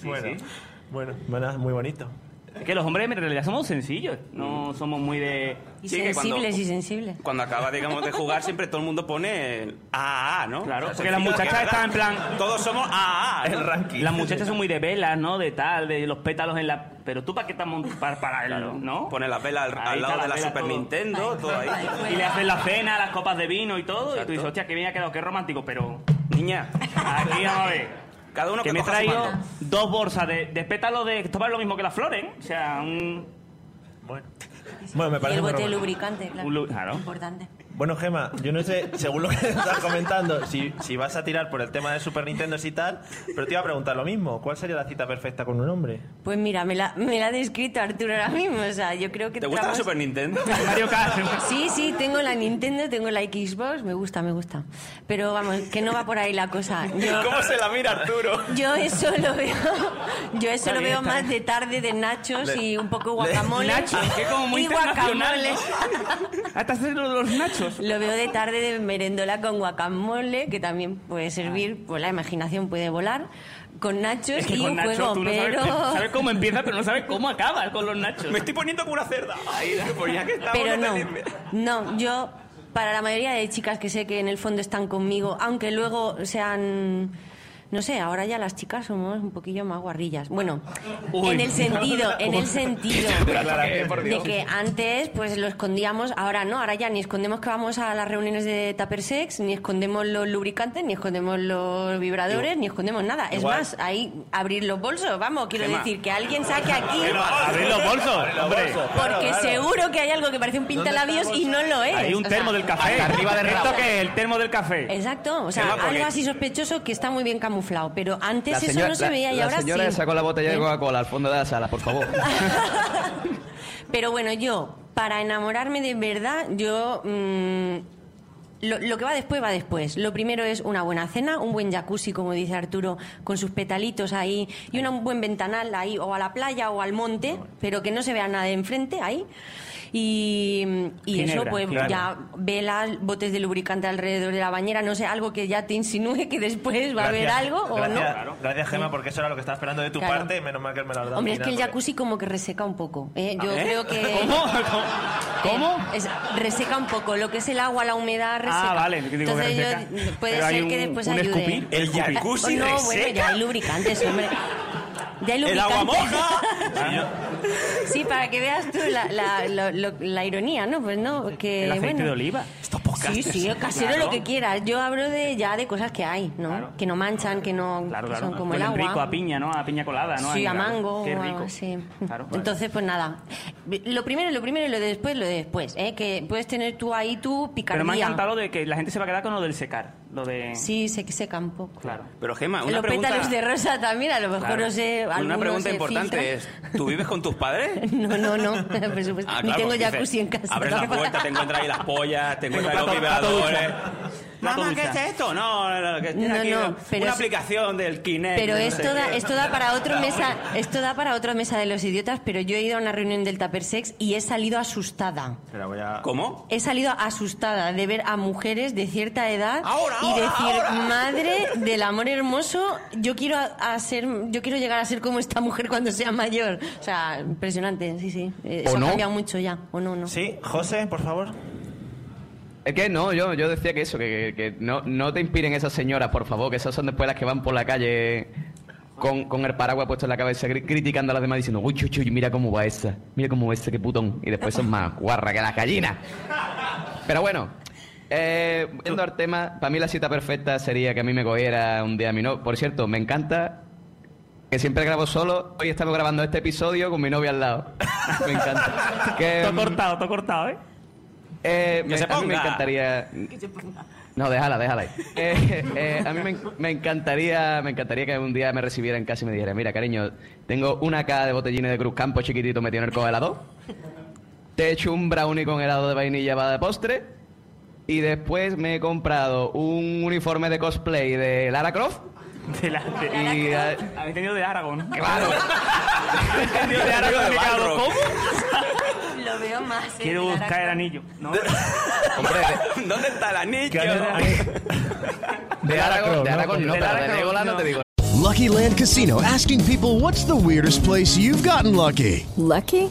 F: Sí,
D: bueno,
F: sí.
D: bueno, bueno, muy bonito.
F: Es que los hombres en realidad somos sencillos.
E: Mm.
F: No somos muy de...
G: Y
E: Sí, que cuando-
G: sensibles, y sensibles.
E: Cuando acaba, digamos, de jugar, siempre todo el mundo pone el AAA, ¿no?
F: Claro,
E: O sea,
F: porque las
E: sencillo,
F: muchachas
E: que es
F: están en
E: verdad.
F: plan-
E: Todos somos AAA. ¿no?
D: El ranking.
F: Las muchachas son muy de velas, ¿no? De tal, de los pétalos en la... Pero tú, ¿para qué estás montando? Para, para el- ¿no?
E: Pone la vela al,
F: Ahí
E: al
F: está
E: lado
F: la
E: de la
F: vela,
E: Super
F: todo.
E: Nintendo, todo ahí.
F: Y le hacen la cena, las copas de vino y todo. Y tú
E: Exacto.
F: dices, hostia, qué bien ha quedado, qué romántico. Pero
E: Niña,
F: aquí vamos a ver.
E: cada uno que,
F: que me he
E: coja su
F: traído
E: mando.
F: dos bolsas de, de pétalos de esto vale lo mismo que las flores ¿eh? o sea un,
D: Bueno, bueno me
G: Y
D: parece
G: el
D: muy
G: bote
D: romántico.
G: de lubricante, claro.
F: un lu- claro
G: Importante.
D: Bueno, Gema, yo no sé, según lo que estás comentando, si, si vas a tirar por el tema de Super Nintendo y tal, pero te iba a preguntar lo mismo. ¿Cuál sería la cita perfecta con un hombre?
G: Pues mira, me la, me la ha descrito Arturo ahora mismo. O sea, yo creo que.
E: ¿Te gusta la
G: entramos-
E: Super Nintendo?
F: Mario Kart
G: Sí, sí, tengo la Nintendo, tengo la Xbox, me gusta, me gusta. Pero vamos, que no va por ahí la cosa. Yo,
E: ¿Cómo se la mira Arturo?
G: yo eso lo veo, yo eso lo
F: bien,
G: veo
F: está
G: más de tarde de nachos y un poco guacamole.
F: Nachos, que como muy
G: y
F: internacional,
G: guacamole.
F: hasta hacer los, los nachos
G: Lo veo de tarde de merendola con guacamole, que también puede servir, pues la imaginación puede volar, con nachos
F: Ah. es que
G: y
F: con
G: un
F: nachos
G: juego,
F: tú no sabes,
G: pero...
F: sabes cómo empieza pero no sabes cómo acaba con los nachos
E: Me estoy poniendo como una cerda. Ay, pues ya que estamos...
G: Pero no,
E: tenemos-
G: no, yo para la mayoría de chicas que sé que en el fondo están conmigo, aunque luego sean, no sé, ahora ya las chicas somos un poquillo más guarrillas. Bueno, en el sentido, en el sentido de que antes pues lo escondíamos, ahora no, ahora ya ni escondemos que vamos a las reuniones de Tupper Sex, ni escondemos los lubricantes, ni escondemos los vibradores, ni escondemos nada. Es
D: Igual.
G: más, ahí abrir los bolsos, vamos, quiero
E: Gemma.
G: decir que alguien saque aquí.
F: abrir los bolsos hombre
G: Porque seguro que hay algo que parece un pintalabios y no lo es.
F: hay un
G: O
F: termo
G: sea,
F: del café
I: hasta arriba del
F: esto
I: rabo.
F: que es el termo del
G: Eh,
F: café
G: Exacto, o sea,
E: Gemma, porque-
G: algo así sospechoso que está muy bien camuflado, pero antes eso no se
I: la-
G: veía y
I: la
G: ahora
I: señora
G: sí.
I: sacó la botella de
G: ¿Eh?
I: Coca-Cola al fondo de la sala, por favor.
G: Pero bueno, yo, para enamorarme de verdad, yo mm, Lo, lo que va después va después. Lo primero es una buena cena, un buen jacuzzi, como dice Arturo, con sus petalitos ahí y una- un buen ventanal ahí, o a la playa o al monte, pero que no se vea nada de enfrente ahí. Y, y eso,
F: Ginebra,
G: pues
F: claro.
G: ya velas, botes de lubricante alrededor de la bañera, no sé, algo que ya te insinúe que después va a haber
D: Gracias-
G: algo o
D: gracias,
G: no.
D: Gracias, Gemma, porque eso era lo que estaba esperando de tu
G: Claro.
D: parte. Menos mal que me lo has dado. pues,
G: Hombre,
D: al
G: es que el
D: final,
G: jacuzzi como que reseca un poco. ¿eh? Yo
D: ¿Ah, eh?
G: creo que...
D: ¿Cómo?
G: ¿Cómo? reseca un poco. Lo que es el agua, la humedad, reseca.
F: Ah, vale, digo que
G: Entonces yo-
F: reseca.
G: puede
F: Pero hay
G: ser que
F: un-
G: después
F: un
G: ayude.
F: escupir.
D: ¿El
G: Ah,
D: jacuzzi
G: no, bueno,
D: reseca?
G: ya hay lubricantes, hombre. Ya hay
D: ¡El
G: lubricantes.
D: agua moja! Y yo-
G: Sí, para que veas tú la, la- lo- lo- la ironía, ¿no? Pues no, que
F: El aceite
G: bueno.
F: de oliva.
G: Sí, sí, el casero
F: Claro.
G: lo que quieras. Yo hablo de ya de cosas que hay, ¿no? Que no manchan, que no
F: Claro,
G: que
F: claro.
G: son como el
F: Huelen
G: agua.
F: rico a piña, ¿no? A piña colada, ¿no?
G: Sí, a
F: Ahí, claro.
G: mango.
F: Qué
G: o algo
F: rico.
G: así.
F: Claro, vale.
G: Entonces, pues nada. Lo primero, lo primero y lo de después, lo de después. ¿eh? Que puedes tener tú ahí tu picardía.
F: Pero me ha encantado lo de que la gente se va a quedar con lo del secar. Lo de...
G: Sí, se seca un poco.
F: Claro.
E: Pero Gema, una
G: Los
E: pregunta...
G: pétalos de rosa también, a lo mejor
E: Claro.
G: no sé.
E: Una
G: alguno
E: pregunta
G: se
E: importante es, ¿tú vives con tus padres?
G: filtra. No, no, no, por supuesto.
E: ¿Eh? Ah,
G: Ni
E: claro,
G: tengo
E: dices,
G: jacuzzi en casa.
E: Abres la puerta, te encuentras ahí las pollas, te encuentras
F: plato-
E: los
F: plato
E: vibradores.
F: Plato
E: Mamá, ¿qué es
F: ducha.
E: esto? No, no, no, que tiene
G: No,
E: aquí
G: no,
E: un-
G: pero
E: una
G: es-
E: aplicación del Kinect.
G: Pero
E: no sé
G: esto da,
E: qué.
G: esto da para otra mesa, esto da para otra mesa de los idiotas, pero yo he ido a una reunión del Tupper Sex y he salido asustada.
D: Espera, voy a...
E: ¿Cómo?
G: He salido asustada de ver a mujeres de cierta edad
E: Ahora,
G: y
E: ahora,
G: decir,
E: ahora.
G: madre del amor hermoso, yo quiero a- a ser, yo quiero llegar a ser como esta mujer cuando sea mayor. O sea, impresionante, sí, sí. Eh,
I: ¿O
G: Eso
I: no?
G: ha cambiado mucho ya, o no, no.
D: Sí, José, por favor.
I: Es que no, yo, yo decía que eso, que, que- que no, no te inspiren esas señoras, por favor, que esas son después las que van por la calle con, con el paraguas puesto en la cabeza, cri- criticando a las demás, diciendo, uy, uy, uy, mira cómo va esa, mira cómo va esa, qué putón. Y después son más guarra que las gallinas. Pero bueno, eh, volviendo al tema, para mí la cita perfecta sería que a mí me cogiera un día a mí. No, por cierto, me encanta que siempre grabo solo. Hoy estamos grabando este episodio con mi novia al lado. Me encanta. Que,
F: Todo
I: mm,
F: cortado, todo cortado, ¿eh?
I: eh, me,
E: se
I: a mí me
E: ponga.
I: encantaría. No, déjala, déjala ahí. Eh, eh, a mí me, me encantaría, me encantaría que un día me recibiera en casa y me dijera, mira, cariño, tengo una caja de botellines de Cruz Campo chiquitito metido en el congelador. Te he hecho un brownie con helado de vainilla para de postre. Y después me he comprado un uniforme de cosplay de Lara Croft.
F: De la, de-
I: Y, eh,
F: Habéis entendido de Aragón.
I: claro.
F: de Aragón,
E: de
F: me cago,
E: Balrog.
F: ¿cómo?
G: Lo veo más. eh,
F: Quiero
G: Lara
F: buscar el
G: Croft.
F: anillo. ¿no?
I: Hombre,
E: ¿Dónde está el anillo?
I: de, de Lara Croft, de Lara Croft no,
F: De
I: pero
F: Lara
I: de
F: Croft,
I: Legolas no
F: no.
I: te digo
K: Lucky Land Casino asking people what's the weirdest place you've gotten lucky?
L: Lucky?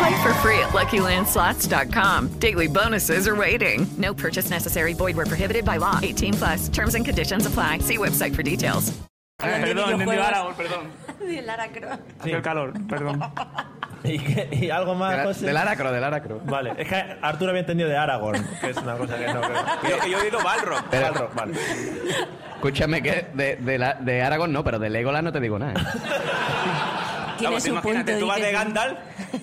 M: Play for free at LuckyLandSlots.com. Daily bonuses are waiting. No purchase necessary. Void where prohibited by law. 18 plus. Terms and conditions apply. See website for details.
F: Perdón, entendí
G: videojuegos.
F: Aragón, perdón.
G: De Lara Croft.
F: Hace el calor, perdón.
D: ¿Y, qué- y algo
I: De,
D: más,
I: la,
D: José?
I: de Lara Croft, de Lara Croft.
D: Vale, es que Arturo había entendido de Aragón, que es una cosa que no...
E: Creo que yo he oído Balrog.
I: Pero-
D: Balrog, vale.
I: Escúchame que de, de, la- de Aragón no, pero de Legolas no te digo nada. ¿eh?
E: Claro,
G: Tiene
E: tú
G: su
E: imagínate,
G: punto,
E: tú vas de
G: dices, ¿no?
E: Gandalf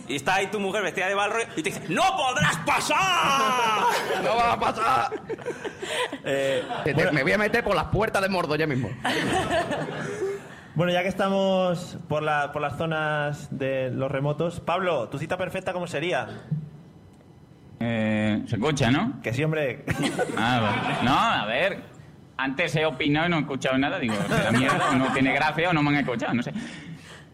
E: y está ahí tu mujer vestida de Balrog y te dice ¡No podrás pasar!
I: ¡No va a pasar!
D: Eh,
I: Te- te- me voy a meter por las puertas de Mordo ya mismo.
D: bueno, ya que estamos por, la- por las zonas de los remotos, Pablo, ¿tu cita perfecta cómo sería?
H: Eh, se escucha, ¿no?
D: Que sí, hombre...
H: Ah, vale. No, a ver. Antes he opinado y no he escuchado nada. Digo, la mierda, o no tiene gracia o no me han escuchado, no sé.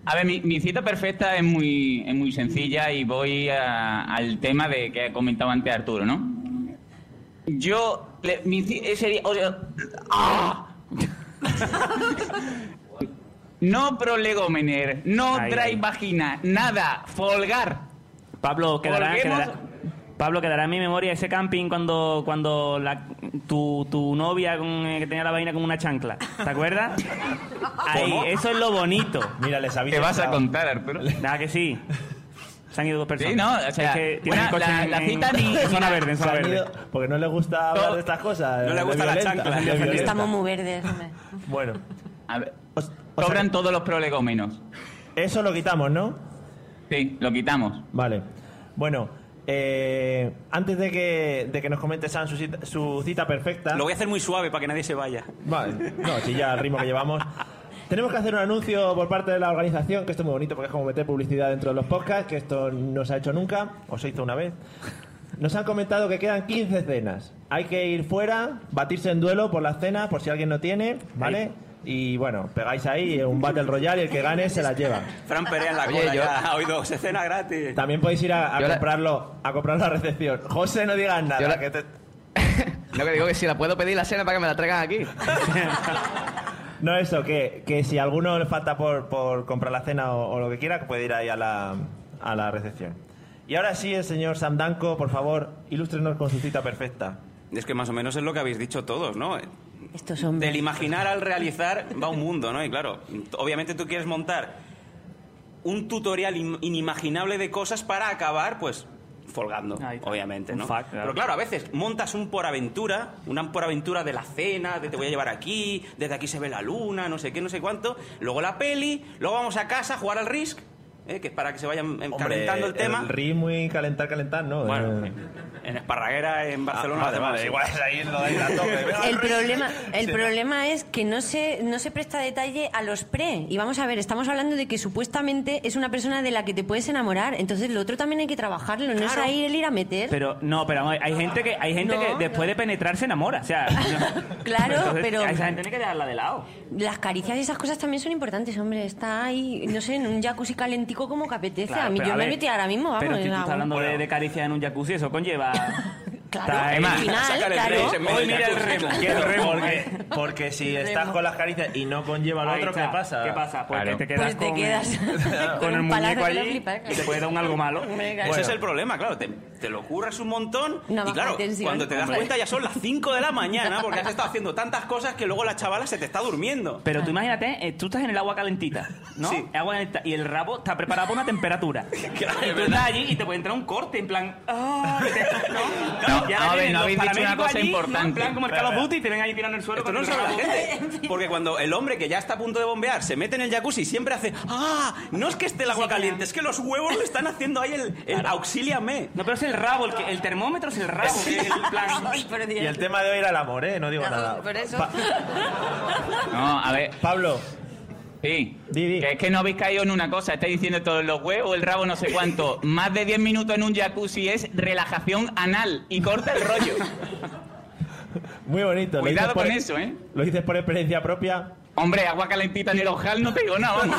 H: A ver, mi, mi cita perfecta es muy, es muy sencilla y voy a- al tema de que ha comentado antes Arturo, ¿no? Yo, le- mi ci- eh, sería, o sea, ¡ah! no prolegómener, no
F: Ahí,
H: trae
F: ahí.
H: vagina, nada, folgar.
F: Pablo, quedará,
H: Volguemos-
F: quedará, Pablo, quedará en mi memoria ese camping cuando, cuando la- tu, tu novia con- eh, que tenía la vaina como una chancla. ¿Te acuerdas? Ahí, eso es lo bonito.
D: Mira, les habéis
F: ¿Qué vas a
H: contar, Arturo?
F: Nada que sí. Se han ido dos personas.
H: Sí, no, o sea,
F: Es que
H: bueno,
F: tienen coche
H: la-
F: en-
H: la
F: en-
H: cita ni-
F: en zona verde, en
D: Se
F: zona
D: han
F: verde.
D: ido Porque no le gusta hablar de estas cosas. de violenta, de violenta.
G: Estamos muy verdes. hombre.
D: Bueno.
H: A ver, sobran todos los prolegómenos.
D: Eso lo quitamos, ¿no?
H: Sí, lo quitamos.
D: Vale. Bueno, eh, antes de que, de que nos comente San su cita, su cita perfecta.
E: Lo voy a hacer muy suave para que nadie se vaya.
D: Vale, no, si ya el ritmo que llevamos. Tenemos que hacer un anuncio por parte de la organización, que esto es muy bonito porque es como meter publicidad dentro de los podcasts, que esto no se ha hecho nunca, o se hizo una vez. Nos han comentado que quedan 15 cenas. Hay que ir fuera, batirse en duelo por las cenas, por si alguien no tiene, ¿vale? Y bueno, pegáis ahí un Battle Royale y el que gane se las lleva.
E: Fran Perea en la
D: Oye,
E: cola
D: yo-
E: ya. Hoy dos, escena gratis.
D: También podéis ir a, a
E: Yo la-
D: comprarlo a comprarlo a recepción. José, no digas nada.
I: Yo la-
D: que te-
I: Lo que digo que si la puedo pedir la cena para que me la traigan aquí.
D: No, eso, que, que si a alguno le falta por, por comprar la cena o, o lo que quiera, que puede ir ahí a la, a la recepción. Y ahora sí, el señor Samdanko, por favor, ilústrenos con su cita perfecta.
E: Es que más o menos es lo que habéis dicho todos, ¿no?
G: Estos hombres.
E: Del imaginar al realizar va un mundo, ¿no? Y claro, obviamente tú quieres montar un tutorial in- inimaginable de cosas para acabar, pues, folgando, obviamente,
F: un
E: ¿no?
F: fact, claro.
E: Pero claro, a veces montas un por aventura, una por aventura de la cena, de te voy a llevar aquí, desde aquí se ve la luna, no sé qué, no sé cuánto, luego la peli, luego vamos a casa a jugar al Risk, ¿eh? que es para que se vayan em, calentando el tema.
D: ritmo y calentar, calentar, ¿no?
E: Bueno,
D: Eh, Ah,
E: en Esparraguera, en Barcelona...
D: vale,
E: además,
D: vale,
E: sí.
D: igual es ahí, lo dais a tope.
G: El problema, el
E: Sí.
G: problema es que no se, no se presta detalle a los pre. Y vamos a ver, estamos hablando de que supuestamente es una persona de la que te puedes enamorar. Entonces lo otro también hay que trabajarlo, no es
F: Claro.
G: ahí el ir a meter.
F: Pero no, pero vamos, hay gente que hay gente
G: No,
F: que después de penetrar se enamora, o sea, no.
G: Claro,
F: Entonces,
G: pero- Ah,
F: a esa gente hay que dejarla de lado.
G: Las caricias y esas cosas también son importantes, hombre. Está ahí, no sé, en un jacuzzi calentico como que apetece.
F: Claro,
G: a mí
F: pero
G: yo me
F: ver,
G: metí ahora mismo, vamos.
F: Pero si
G: en
F: tú
G: la-
F: estás hablando de, de caricias en un jacuzzi, eso conlleva.
G: Claro,
F: Está-
G: al
F: Emma,
G: final,
F: sácale el
G: claro.
F: tres en medio
D: Hoy
F: del
D: mira el
F: jacuzzi.
D: remo.
F: Quiero el remo.
D: Porque,
E: eh.
D: porque si
F: Remo.
D: estás con las caricias y no conlleva lo
F: Ahí
D: otro, ¿qué
F: está.
D: pasa?
F: ¿Qué pasa? Pues
D: Claro.
F: que te quedas
G: Pues te
F: con,
G: quedas
F: con,
G: con
F: el
G: un palazo
F: muñeco
G: que ¿eh? lo
F: allí
G: flipas,
F: y te puede dar un algo malo.
G: Venga.
E: Ese
F: Bueno.
E: es el problema, claro. Te, te lo curras un montón
F: Una
E: y
F: baja
E: claro,
F: tensión.
E: cuando te das
F: Hombre.
E: cuenta ya son las 5 de la mañana porque has estado haciendo tantas cosas que luego la chavala se te está durmiendo.
F: Pero tú imagínate, eh, tú estás en el agua calentita, ¿no? El agua calentita, y el rabo está preparado para una temperatura. y tú estás allí y te puede entrar un corte, en plan... ah, que te-
H: No,
F: ¿no? Y ahora
H: a ver,
F: vienen
H: no
F: los
H: habéis dicho una
F: paramédicos
H: cosa
F: allí, ¿no? En
H: importante.
F: plan como el Call of Duty y te ven ahí tirando el suelo.
E: Esto
F: con
E: no
F: el
E: lo sabe
F: rabo.
E: la gente. Porque cuando el hombre que ya está a punto de bombear se mete en el jacuzzi siempre hace ¡Ah! No es que esté el agua caliente, es que los huevos le están haciendo ahí el, el auxíliame.
F: No, pero es el rabo, el, que- el termómetro es el rabo. que es el plan...
D: Y el tema de hoy era el amor, ¿eh? No digo nada. Pa-
H: No, a ver.
D: Pablo.
H: Sí. Que es que no habéis caído en una cosa. Estáis diciendo todos los huevos, el rabo, no sé cuánto. Más de 10 minutos en un jacuzzi es relajación anal y corta el rollo.
D: Muy bonito. lo dices
H: Cuidado
D: por- e-
H: con eso, ¿eh?
D: Lo dices por experiencia propia.
H: Hombre, agua calentita en el ojal no te digo nada, vamos.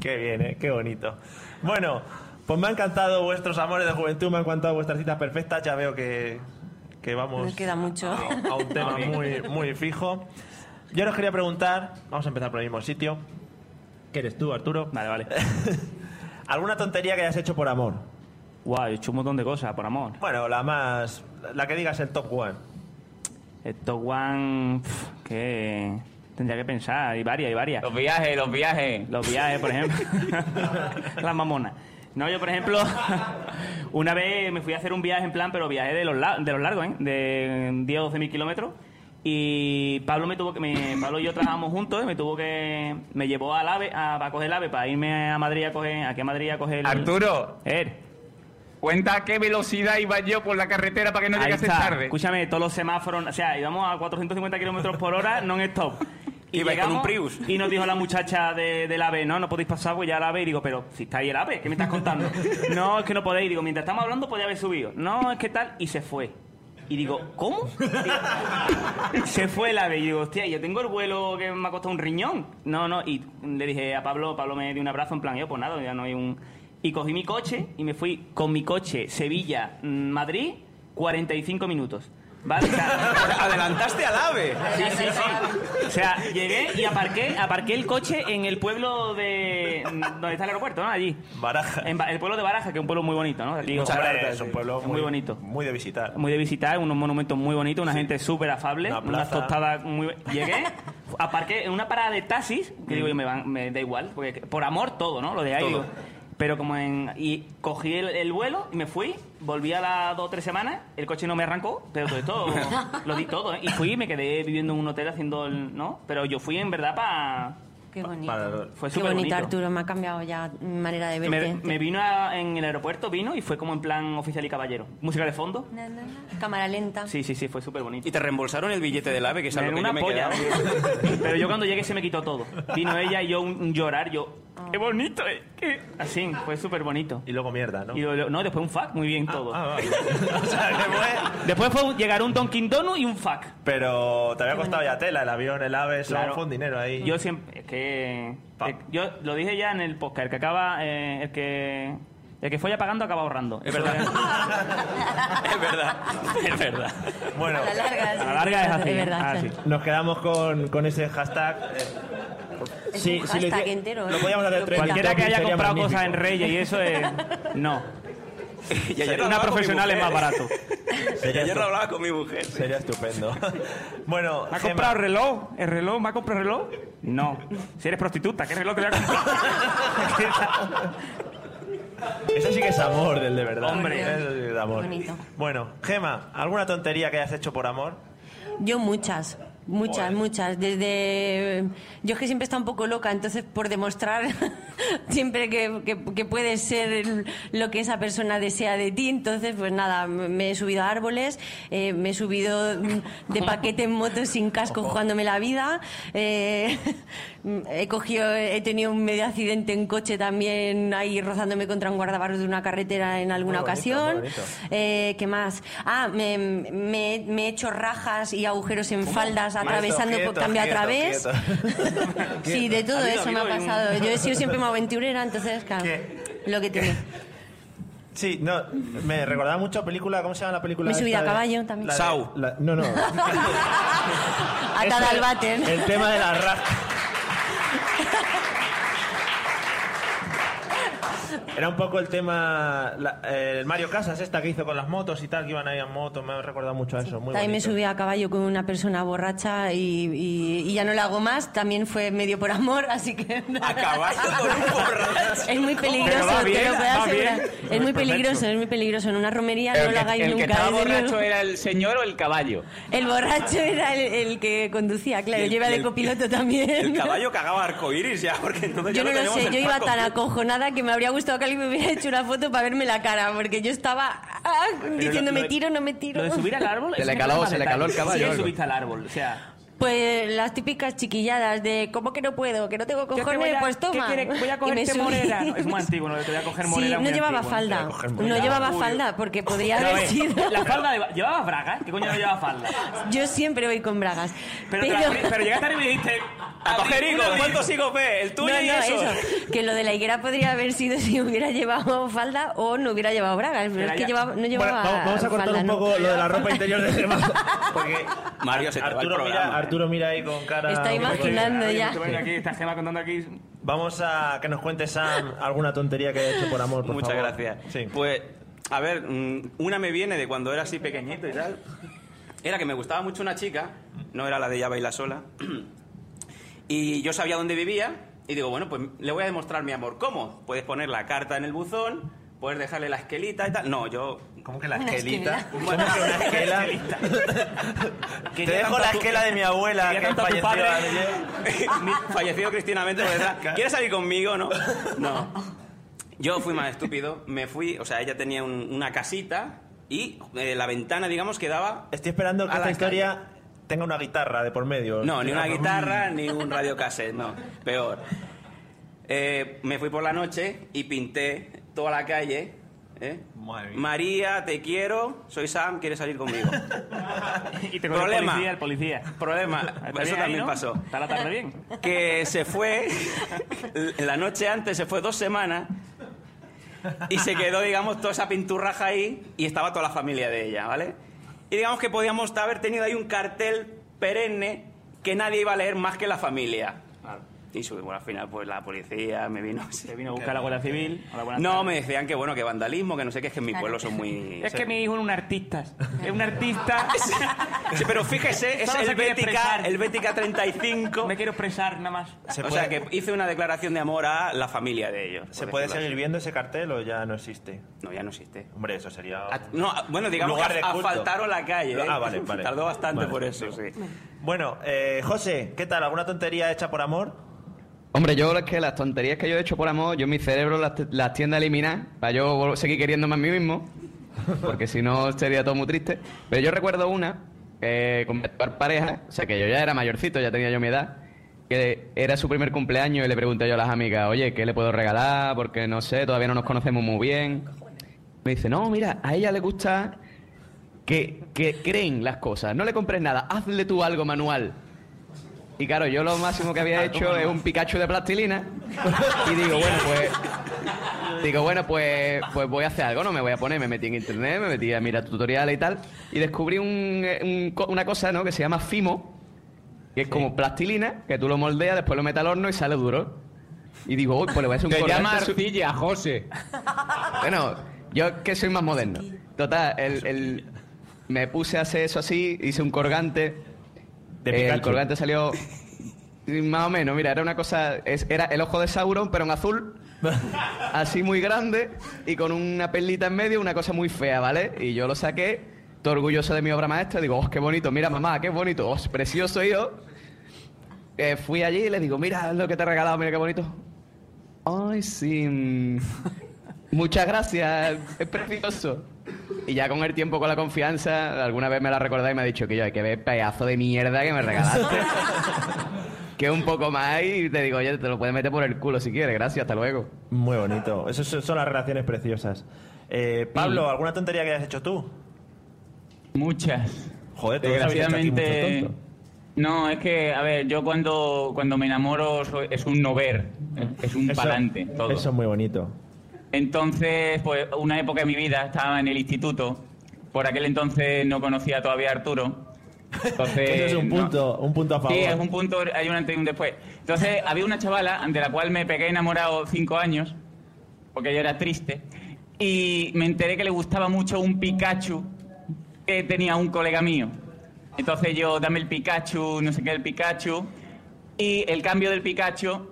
D: Qué bien, ¿eh? qué bonito. Bueno, pues me han encantado vuestros amores de juventud, me han encantado vuestras citas perfectas. Ya veo que, que vamos
G: Nos queda mucho.
D: a, a un tema muy, muy fijo. Yo os quería preguntar, vamos a empezar por el mismo sitio. ¿Qué eres tú, Arturo? Vale, vale. ¿Alguna tontería que hayas hecho por amor?
F: Guau, he hecho un montón de cosas por amor.
D: Bueno, la más. La que digas el top one.
F: El top one... pf, que... Tendría que pensar, hay varias, hay varias.
H: Los viajes, los viajes.
F: Los viajes, por ejemplo. la mamona. No, yo, por ejemplo, una vez me fui a hacer un viaje en plan, pero viaje de los, la- de los largos, ¿eh? De 10 o 12 mil kilómetros. Y Pablo me tuvo que, me- Pablo y yo trabajábamos juntos, ¿eh? me tuvo que, me llevó al AVE, a, a coger el AVE, para irme a Madrid a coger, aquí a Madrid a coger el...
H: Arturo.
F: Er.
H: Cuenta a qué velocidad iba yo por la carretera para que no
F: Ahí
H: llegase
F: está.
H: tarde.
F: Escúchame, todos los semáforos, o sea, íbamos a 450 kilómetros por hora non-stop. Y
E: Iba con
F: llegamos
E: un Prius.
F: y nos dijo la muchacha de- del AVE, no, no podéis pasar, voy ya al AVE. Y digo, pero si está ahí el AVE, ¿qué me estás contando? no, es que no podéis. Digo, mientras estamos hablando podía haber subido. No, es que tal, y se fue. Y digo, ¿cómo? Se fue el ave y digo, hostia, yo tengo el vuelo que me ha costado un riñón. No, no, y le dije a Pablo, Pablo me dio un abrazo en plan, yo pues nada, ya no hay un... Y cogí mi coche mm, y me fui con mi coche Sevilla-Madrid 45 minutos. ¿Vale? O sea,
E: Adelantaste al ave.
F: Sí, sí, sí. O sea, llegué y aparqué, aparqué el coche en el pueblo de. mm, donde está el aeropuerto, ¿no? Allí.
D: Baraja.
F: En Ba- el pueblo de Baraja, que es un pueblo muy bonito, ¿no? Aquí,
D: Muchas
F: ojalá,
D: gracias, es un pueblo
F: es muy,
D: muy-
F: bonito.
D: Muy de visitar.
F: Muy de visitar, unos monumentos muy bonitos, una gente súper afable,
D: Una
F: unas
D: plaza.
F: tostadas muy. Llegué, aparqué en una parada de taxis, que digo, yo me, van- me da igual, porque por amor todo, ¿no? Lo de ahí.
E: Todo.
F: digo, pero como en. Y cogí el, el vuelo, me fui, volví a las dos o tres semanas, el coche no me arrancó, pero todo esto lo di todo, ¿eh? Y fui, me quedé viviendo en un hotel haciendo el. ¿No? Pero yo fui en verdad para.
G: Qué bonito.
F: Fue
G: Qué
F: súper
G: bonito,
F: bonito.
G: Arturo, me ha cambiado ya mi manera de
F: Me,
G: verte.
F: me vino a- en el aeropuerto, vino y fue como en plan oficial y caballero. Música de fondo.
G: Na, na, na. Cámara lenta.
F: Sí, sí, sí, fue súper bonito.
E: Y te reembolsaron el billete del ave, que es
F: Me
E: algo que
F: dieron
E: yo me
F: una polla.
E: quedaba.
F: Pero yo cuando llegué se me quitó todo. Vino ella y yo un, un llorar, yo... ¡Qué bonito! eh, qué-". Así, fue súper bonito. Y luego mierda, ¿no? no, después un fuck, muy bien
E: Ah,
F: todo.
D: Ah,
F: después fue un- llegar un Dunkin' Donut y un fuck.
D: Pero te había costado ya tela, el avión, el ave, eso
F: Claro.
D: fue un dinero ahí.
F: Yo siempre... Es que... eh, yo lo dije ya en el podcast, el que acaba... eh, el que... El que folla pagando acaba ahorrando. Es verdad.
E: es verdad. Es verdad.
D: Bueno,
E: A la larga, sí.
F: A la larga es así.
E: Es verdad,
F: ah,
E: sí.
F: sí.
D: Nos quedamos con, con ese hashtag. eh,
G: Es
D: Sí,
G: un
D: sí, lo
G: hashtag
D: hice-
G: entero.
D: lo
G: ¿eh?
D: podíamos hacer tres
F: Cualquiera que haya
D: Sería
F: comprado
D: magnífico.
F: cosas en Reyes y eso es... No.
E: Y ayer lo
F: Una
E: hablaba con mi
F: profesional es más
E: mujer.
F: barato.
E: Y ayer lo hablaba con mi mujer.
D: Sería estupendo. Bueno,
F: ¿Me ha comprado el reloj? ¿El reloj? ¿Me ha comprado el reloj? No. Si eres prostituta, ¿qué reloj te voy a comprar?
D: eso sí que es amor del de verdad.
F: Hombre.
D: Eso sí que es amor.
G: Bonito.
D: Bueno, Gema, ¿alguna tontería que hayas hecho por amor?
G: Yo muchas, muchas, muchas. Desde. Yo es que siempre está un poco loca, entonces por demostrar siempre que, que, que puedes ser el- lo que esa persona desea de ti, entonces pues nada, m- me he subido a árboles, eh, me he subido mm, de paquete en moto sin casco jugándome la vida, eh, he cogido, he tenido un medio accidente en coche también ahí rozándome contra un guardabarros de una carretera en alguna
N: bonito,
G: ocasión.
N: muy bonito.
G: Eh, ¿Qué más? Ah, me, me- me he hecho rajas y agujeros en faldas
N: Maestro,
G: atravesando
N: quieto,
G: por cambio a
N: quieto,
G: través. Sí, de todo
D: Amigo,
G: eso me ha
D: amigo, y un-
G: pasado. Yo he sido siempre una aventurera, entonces, claro, lo que tiene.
D: Sí, no, me recordaba mucho película, ¿cómo se llama la película?
G: Me he
D: esta
G: subido a
D: de-
G: caballo también.
D: la de-
G: Sau.
D: la- no, no.
G: Atada
D: Eso
G: al
D: es
G: váter.
D: El tema de la raja. Era un poco el tema. la- eh, el Mario Casas, esta que hizo con las motos y tal, que iban ahí en moto, me ha recordado mucho a eso. Muy
G: También me
D: bonito.
G: subí a caballo con una persona borracha y, y- y ya no la hago más. También fue medio por amor, así que. A
E: caballo
G: con un borracho. Es muy
H: Pero
G: peligroso,
H: va
G: te
H: bien,
G: lo puedo
H: va
G: asegurar.
H: bien.
G: Es muy
H: Perfecto.
G: peligroso, es muy peligroso. En una romería
H: Pero
G: no
H: el
G: lo
H: que-
G: hagáis
H: el que
G: nunca. ¿eh?
H: estaba
G: desde luego.
H: borracho era el señor o el caballo.
G: El borracho era el, el que conducía, claro.
E: Y el-
G: yo iba
E: y
G: de
E: el-
G: copiloto también.
E: El caballo cagaba arcoiris ya, porque entonces
G: Yo
E: ya
G: no lo
E: tenemos
G: sé,
E: el
G: yo iba
E: Paco.
G: tan acojonada que me habría gustado que alguien me hubiera hecho una foto para verme la cara, porque yo estaba ah, diciendo,
F: lo- lo
G: me
F: de-
G: tiro, no me tiro.
F: Lo de subir al árbol...
I: Se
F: es
I: le
F: un
I: caló-
F: tema
I: se le
F: de
I: caló el
F: tal.
I: caballo,
F: Sí,
I: algo.
F: subiste al árbol, o sea...
G: Pues las típicas chiquilladas de, ¿cómo que no puedo? Que no tengo
F: ¿qué te
G: cojones,
F: voy a-
G: pues toma.
F: ¿qué quieres? Voy a
G: Y
F: cogerte
G: me subí.
F: morera. No, Es muy antiguo, no, te voy a coger
G: Sí,
F: morera. es
G: no
F: muy
G: llevaba
F: antiguo. Te
G: falda.
F: voy a coger
G: No
F: morera.
G: llevaba
F: Uy.
G: falda, porque podría
F: Pero a
G: haber
F: ver,
G: sido...
F: La falda... de- ¿Llevaba braga? ¿eh? ¿Qué coño no llevaba falda?
G: Yo siempre voy con bragas.
F: Pero, te la- pero llegaste arriba y dijiste...
E: A coger higos, ¿cuántos higos ve? El tuyo
G: no,
E: y
G: no,
E: eso.
G: eso. Que lo de la higuera podría haber sido si hubiera llevado falda o no hubiera llevado bragas. Pero es que llevaba, no llevaba
D: Bueno, vamos, vamos a cortar
G: falda,
D: un
G: ¿no?
D: poco lo de la ropa interior de Gemma. Porque
E: Mario se te va el
D: Arturo, mira,
E: programa.
D: Arturo mira ahí con cara.
G: Está imaginando
D: Sí.
G: ya.
F: Aquí está Gema contando aquí...
D: Vamos a que nos cuentes, Sam, alguna tontería que haya hecho por amor. Por
E: Muchas
D: favor.
E: gracias. Pues, a ver, mm, una me viene de cuando era así pequeñito y tal. Era que me gustaba mucho una chica, no era la de ya baila sola. Y yo sabía dónde vivía y digo, bueno, pues le voy a demostrar mi amor. ¿Cómo? Puedes poner la carta en el buzón, puedes dejarle la esquelita y tal. No, yo...
D: ¿Cómo que la
E: Una
D: esquelita?
E: esquela.
D: ¿Cómo que una esquela? Te
E: Quería
D: dejo
E: tanto
D: la
E: a tu-
D: esquela de mi abuela
E: quería
D: que
E: tanto a tu
D: falleció
E: padre.
D: ayer.
E: Ah, Mi- fallecido Cristinamente por detrás. ¿Quieres salir conmigo, no? No. Yo fui más estúpido. Me fui, o sea, ella tenía un- una casita y eh, la ventana, digamos, que daba
D: Estoy esperando que
E: A
D: esta
E: la
D: historia tenga una guitarra de por medio.
E: no, ni una
D: Digamos.
E: guitarra, ni un radiocassette, no. Peor. Eh, me fui por la noche y pinté toda la calle. ¿eh? María, te quiero, soy Sam, ¿quieres salir conmigo?
F: Y te cogió el
E: Problema.
F: policía, el policía.
E: Problema,
F: Está
E: eso
F: bien ahí,
E: también
F: ¿no?
E: pasó.
F: Está la tarde bien.
E: Que se fue, la noche antes se fue dos semanas y se quedó, digamos, toda esa pinturraja ahí y estaba toda la familia de ella, ¿vale? Y digamos que podíamos haber tenido ahí un cartel perenne que nadie iba a leer más que la familia. Y su- bueno, al final pues la policía me vino... Se
F: vino a buscar la Guardia Civil. Hola, buenas
E: No,
F: tardes.
E: me decían que bueno, que vandalismo, que no sé qué, es que en mi
F: Claro.
E: pueblo son muy...
F: Es que mi hijo es un artista. Es un artista.
E: Sí, pero fíjese, es
F: Solo se
E: el
F: quiere
E: Bética,
F: expresar.
E: el Bética 35.
F: Me quiero expresar nada más.
D: mm,
E: O sea que hice una declaración de amor a la familia de ellos.
D: ¿Se puede seguir viendo ese cartel o ya no existe?
E: No, ya no existe.
D: Hombre, eso sería.
E: No, a- bueno, digamos
D: Ah. Lugar
E: que
D: de culto.
E: asfaltaron la calle. ¿eh?
D: Ah, vale, vale.
E: Tardó bastante
D: Vale,
E: por eso, sí.
D: Bueno, eh, José, ¿qué tal? ¿Alguna tontería hecha por amor?
I: Hombre, yo es que las tonterías que yo he hecho por amor, yo mi cerebro las, las tiende a eliminar para yo vol- seguir queriéndome a mí mismo, porque si no sería todo muy triste. Pero yo recuerdo una eh, con mi actual pareja, o sea que yo ya era mayorcito, ya tenía yo mi edad, que era su primer cumpleaños y le pregunté yo a las amigas, oye, ¿qué le puedo regalar? Porque no sé, todavía no nos conocemos muy bien. Me dice, no, mira, a ella le gusta que, que creen las cosas, no le compres nada, hazle tú algo manual. Y claro, yo lo máximo que
H: Ah,
I: había hecho es un Pikachu de plastilina. Y digo, bueno, pues. Digo, bueno, pues, pues voy a hacer algo, no me voy a poner. Me metí en internet, me metí a mirar tutoriales y tal. Y descubrí un, eh, un co- una cosa, ¿no? Que se llama Fimo, que es como plastilina, que tú lo moldeas, después lo metes al horno y sale duro. Y digo, uy, pues le voy a hacer un
H: Te
I: corte
H: llama
I: su-
H: arcilla, José.
I: bueno, yo es que soy más moderno. Total, el, el- me puse a hacer eso así, hice un colgante. Eh, el
D: Pikachu.
I: colgante salió sí, más o menos, mira, era una cosa, es- era el ojo de Sauron, pero en azul, así muy grande y con una perlita en medio, una cosa muy fea, ¿vale? Y yo lo saqué, todo orgulloso de mi obra maestra, digo, oh, qué bonito, mira mamá, qué bonito, oh, precioso yo. Eh, fui allí y le digo, mira lo que te he regalado, mira qué bonito. Ay, sí. mm, Muchas gracias, es precioso. Y ya con el tiempo, con la confianza, alguna vez me la ha recordado y me ha dicho que yo, hay que ver pedazo de mierda que me regalaste. que un poco más y te digo, oye, te lo puedes meter por el culo si quieres, gracias, hasta luego.
D: Muy bonito. Esas son- son las relaciones preciosas. Eh, Pablo, ¿alguna tontería que hayas hecho tú?
H: Muchas.
D: Joder, todos habéis hecho aquí
H: Desgraciadamente.
D: mucho tonto.
H: No, es que, a ver, yo cuando, cuando me enamoro soy- es un no ver, es un
D: Eso-
H: palante todo.
D: Eso es muy bonito.
H: Entonces, pues una época de mi vida estaba en el instituto. Por aquel entonces no conocía todavía a Arturo. Entonces,
D: Eso es un
H: Eh, no-
D: punto, un punto a favor.
H: Sí, es un punto, hay un antes y un después. Entonces, había una chavala ante la cual me pegué enamorado cinco años, porque yo era triste, y me enteré que le gustaba mucho un Pikachu que tenía un colega mío. Entonces yo, dame el Pikachu, no sé qué, el Pikachu, y el cambio del Pikachu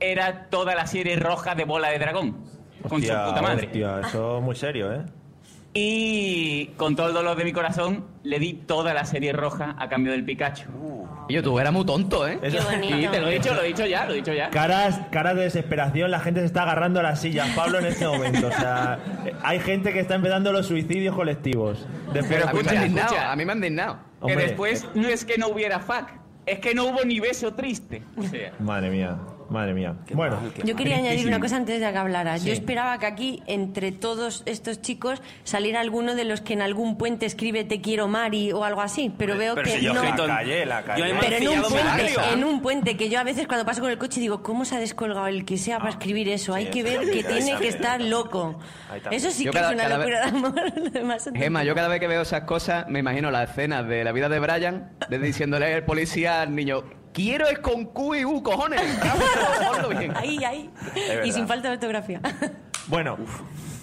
H: era toda la serie roja de Bola de Dragón, con su
D: Hostia,
H: puta madre.
D: hostia, eso es muy serio, ¿eh?
H: Y con todo el dolor de mi corazón, le di toda la serie roja a cambio del Pikachu.
I: Yo, tú eras muy tonto, ¿eh?
D: Eso-
H: Y te lo he dicho, lo he dicho ya, lo he dicho ya.
D: Caras, caras de desesperación, la gente se está agarrando a las sillas, Pablo, en este momento. O sea, hay gente que está empezando los suicidios colectivos. Después-
I: a, mí me han indignado, a mí me han indignado.
D: Hombre.
H: que después no es que no hubiera fuck, es que no hubo ni beso triste. O sea,
D: Madre mía, madre mía. bueno,
G: Yo quería añadir una cosa antes de que hablaras.
D: Sí.
G: Yo esperaba que aquí, entre todos estos chicos, saliera alguno de los que en algún puente escribe Te quiero Mari o algo así, pero veo
D: pero
G: que
D: si yo
G: no.
D: he escrito en- La calle, la calle. yo he
G: pero en un
D: mancillado
G: puente,
D: Mario.
G: en un puente que yo a veces cuando paso con el coche digo, ¿cómo se ha descolgado el que
D: Ah,
G: sea para escribir eso? Hay
I: sí,
G: que
I: sí,
G: ver
I: sí,
G: que
I: sí,
G: tiene
I: sí,
G: que
I: sí.
G: estar loco.
I: Ahí está.
G: Eso sí
I: Yo
G: que
I: cada-
G: es una
I: cada
G: locura de amor. lo demás es
I: Gemma, yo
G: tontería.
I: cada vez que veo esas cosas me imagino las escenas de la vida de Brian, desde diciéndole al policía al niño, quiero es con Q y U, cojones.
G: Ahí, ahí.
D: verdad.
G: Y sin falta de ortografía.
D: Bueno,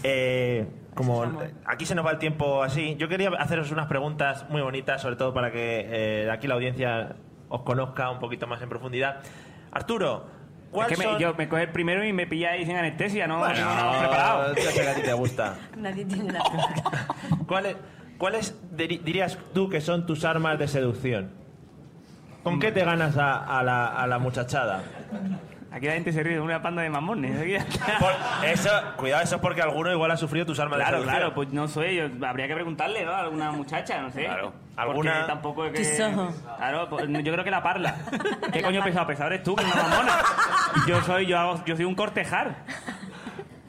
D: eh, como aquí se nos va el tiempo así, yo quería haceros unas preguntas muy bonitas, sobre todo para que eh, aquí la audiencia os conozca un poquito más en profundidad. Arturo,
F: Es
D: ¿cuál
F: que me-
D: son-
F: yo me coge el primero y me pilláis sin anestesia, ¿no?
D: Bueno,
F: no, no, no, preparado.
D: ya sé que a ti te gusta.
G: Nadie tiene la
D: ¿Cuáles cuáles diri- dirías tú que son tus armas de seducción? ¿Con qué te ganas a, a la, a la muchachada?
F: Aquí la gente se ríe de una panda de mamones.
D: Por- eso, cuidado, eso es porque alguno igual ha sufrido tus armas
F: Claro,
D: de seducción.
F: claro, pues no sé, yo- habría que preguntarle, ¿no? A alguna muchacha, no sé.
D: Claro.
F: Alguna.
D: Alguna-
F: tampoco es
D: Tus
F: que.
D: ojos.
F: Claro, pues, no, yo creo que la parla. ¿Qué coño pesado? Pesado eres tú, que una mamona. Yo soy, yo hago, yo soy un cortejar.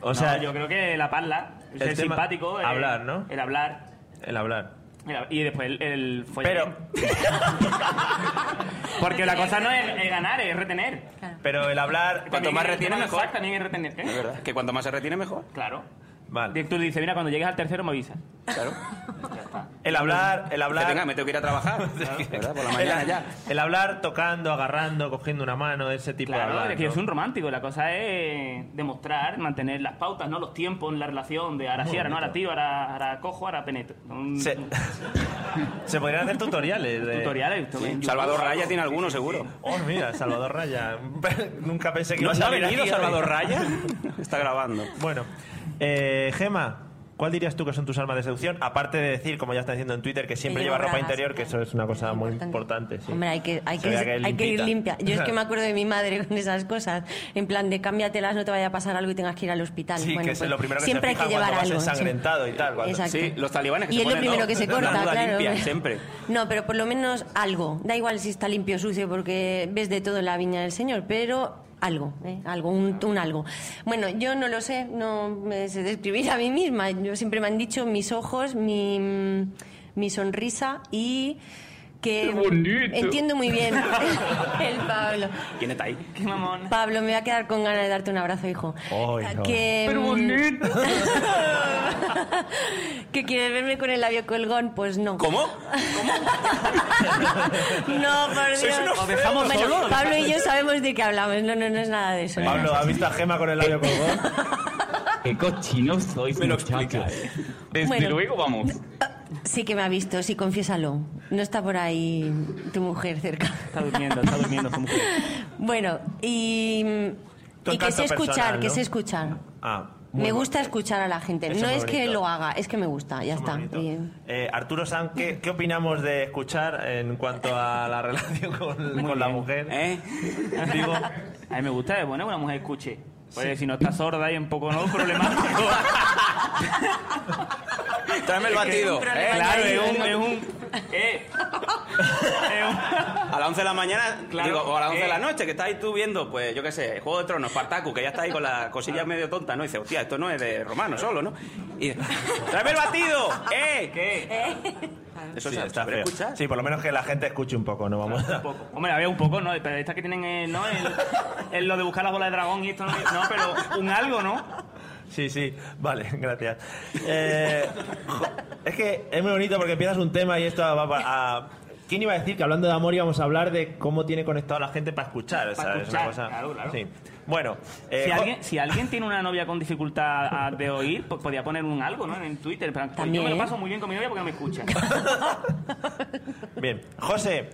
D: O sea,
F: No, yo creo que la parla,
D: El
F: el ser
D: tema-
F: simpático, el-
D: hablar, ¿no?
F: El hablar.
D: el hablar.
F: Mira, Y después el, el Pero. Porque la cosa no es, es ganar, es retener.
D: Pero el hablar,
E: Cuanto más retiene, mejor.
F: También es retener, ¿eh?
E: Es verdad, que cuanto más se retiene, mejor.
F: Claro. El director dice, mira, cuando llegues al tercero me avisas.
E: Claro.
D: El hablar, el hablar.
E: Que venga, me tengo que ir a trabajar. ¿Verdad? Por la mañana
D: el,
E: ya.
D: el hablar tocando, agarrando, cogiendo una mano, ese tipo de
F: Claro,
D: hablar.
F: es que yo
D: ¿no?
F: soy un romántico. La cosa es demostrar, mantener las pautas, ¿no? Los tiempos en la relación de ahora
D: Muy
F: sí, ahora no,
D: bonito.
F: ahora tío, ahora, ahora cojo, ahora peneto. Un-
D: Se, se podrían hacer tutoriales. de-
F: Tutoriales,
E: Sí, Salvador Raya tiene algunos, seguro.
D: Oh, mira, Salvador Raya. Nunca pensé que
E: ¿No
D: iba a
E: ha
D: salir
E: venido
D: aquí,
E: Salvador
D: ¿eh?
E: Raya? Está grabando.
D: Bueno, eh, Gema, ¿cuál dirías tú que son tus armas de seducción? Aparte de decir, como ya está diciendo en Twitter, que siempre
G: llevo
D: lleva ropa
G: bragas,
D: interior, que eso es una cosa muy importante. sí.
G: Hombre, hay que, hay,
D: Se
G: que,
D: vea
G: hay que ir limpia.
D: limpita.
G: Yo es que me acuerdo de mi madre con esas cosas. En plan de cámbiatelas, no te vaya a pasar algo y tengas que ir al hospital.
D: Sí,
G: Bueno,
D: que es
G: pues
D: lo primero que
G: siempre
D: se fija
G: hay que llevar
D: cuando
G: algo.
D: vas ensangrentado y tal. cuando-
G: Exacto.
E: Sí, los talibanes que
G: Y
E: se
G: es lo
E: ponen,
G: primero
E: ¿no?
G: que se
E: La
G: corta,
E: nuda
G: claro.
E: limpia, siempre.
G: siempre. No, pero por lo menos algo. Da igual si está limpio o sucio porque ves de todo en la viña del Señor, pero algo, ¿eh? algo, un, un algo. Bueno, yo no lo sé, no me sé describir a mí misma. Yo siempre me han dicho mis ojos, mi, mm, mi sonrisa y que
E: Qué bonito.
G: entiendo muy bien el Pablo.
E: ¿Quién está ahí?
F: Qué mamón.
G: Pablo, me voy a quedar con ganas de darte un abrazo, hijo.
E: Ay,
G: Que,
E: Pero
G: mm,
E: bonito.
G: ¿Que quieres verme con el labio colgón? Pues no.
E: ¿Cómo?
G: No, por Dios.
D: Sois unos ¿Os dejamos
G: Bueno,
D: solos?
G: Pablo y yo sabemos de qué hablamos. No, no, no es nada de eso.
D: Pablo, ¿has visto a Gema con el labio colgón?
H: Qué cochino sois, Me lo Desde
G: Bueno.
H: luego, vamos.
G: Sí que me ha visto, sí, confiésalo. No está por ahí tu mujer cerca.
F: Está durmiendo, está durmiendo su mujer.
G: Bueno, y,
F: Tu
G: y que
F: encanto
G: sé escuchar,
F: personal,
G: que
F: ¿no?
G: sé escuchar.
D: Ah, muy
G: Me
D: bueno.
G: gusta escuchar a la gente.
D: Eso
G: no
D: es
G: es
D: muy
G: que
D: bonito.
G: lo haga, es que me gusta, ya está. Y-
D: Eh, Arturo San, ¿qué, qué opinamos de escuchar en cuanto a la relación con, con la mujer?
E: ¿Eh?
D: Digo,
F: a mí me gusta, es bueno que una mujer escuche. Pues si no está sorda y un poco no, problemático.
E: Tráeme el batido. ¿eh?
F: Claro, es un... Es un eh,
E: A las 11 de la mañana,
F: Claro,
E: digo, o a las 11 de la
F: eh.
E: noche, que estás ahí tú viendo, pues yo qué sé, Juego de Tronos, Partaku, que ya está ahí con la
F: Ah.
E: cosilla medio tonta, ¿no? Y dice, hostia, esto no es de romano solo, ¿no? Y tráeme el batido, ¿eh? Eso
D: sí,
E: se-
D: está
E: se
D: feo.
E: escucha.
D: Sí, por lo menos que la gente escuche un poco, no vamos a...
F: Hombre, había un poco, ¿no? Pero estas que tienen, eh, ¿no? El, el lo de buscar la bola de dragón y esto, no, no pero un algo, ¿no?
D: Sí, sí, vale, gracias. Eh, jo- es que es muy bonito porque empiezas un tema y esto va pa- a... ¿Quién iba a decir que hablando de amor íbamos a hablar de cómo tiene conectado a la gente para escuchar? o sea,
F: Para
D: es
F: escuchar,
D: una cosa...
F: claro, claro.
D: Sí. Bueno, eh,
F: Si
D: jo-
F: alguien, si alguien tiene una novia con dificultad ah, de oír, pues podía poner un algo, ¿no? En Twitter. Pero, pues,
D: También.
F: Yo me lo paso muy bien con mi novia porque no me escucha.
D: Bien, José,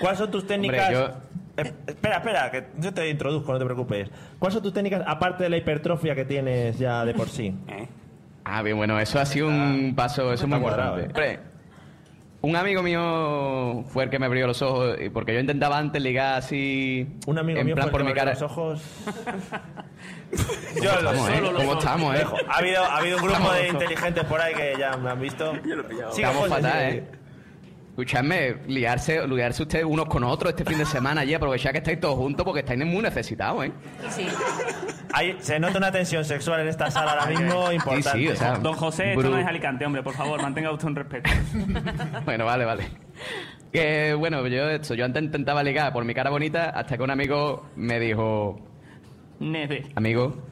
D: ¿cuáles son tus técnicas?
I: yo-
D: Eh, espera, espera, que yo te introduzco, no te preocupes. ¿Cuáles son tus técnicas aparte de la hipertrofia que tienes ya de por sí?
F: Eh.
I: Ah, bien, bueno, eso ha sido un paso, eso Pues es muy
D: cuadrado, ¿eh?
I: importante. Hombre, un amigo mío fue el que me abrió los ojos, y- porque yo intentaba antes ligar así.
D: Un amigo
I: en
D: mío
I: plan
D: fue el que
I: por mi
D: me abrió
I: cara.
D: los ojos.
I: ¿Cómo estamos, eh? ¿Cómo estamos, eh?
D: Ha habido, ha habido un grupo
I: Estamos
D: de
I: locos.
D: inteligentes por ahí que ya me han visto. Sigue, José,
I: Estamos fatal,
D: sigue.
I: eh. Escuchadme, liarse, liarse ustedes unos con otros este fin de semana y aprovechar que estáis todos juntos porque estáis muy necesitados, ¿eh?
G: Sí.
D: Hay- se nota una tensión sexual en esta sala ahora mismo
I: Sí,
D: importante.
I: sí, o sea,
F: Don José, esto
I: Ah, Bru-
F: no es Alicante, hombre, por favor, mantenga usted un respeto.
I: Bueno, vale, vale. Que bueno, yo eso, yo antes intentaba ligar por mi cara bonita hasta que un amigo me dijo,
F: Neve.
I: amigo,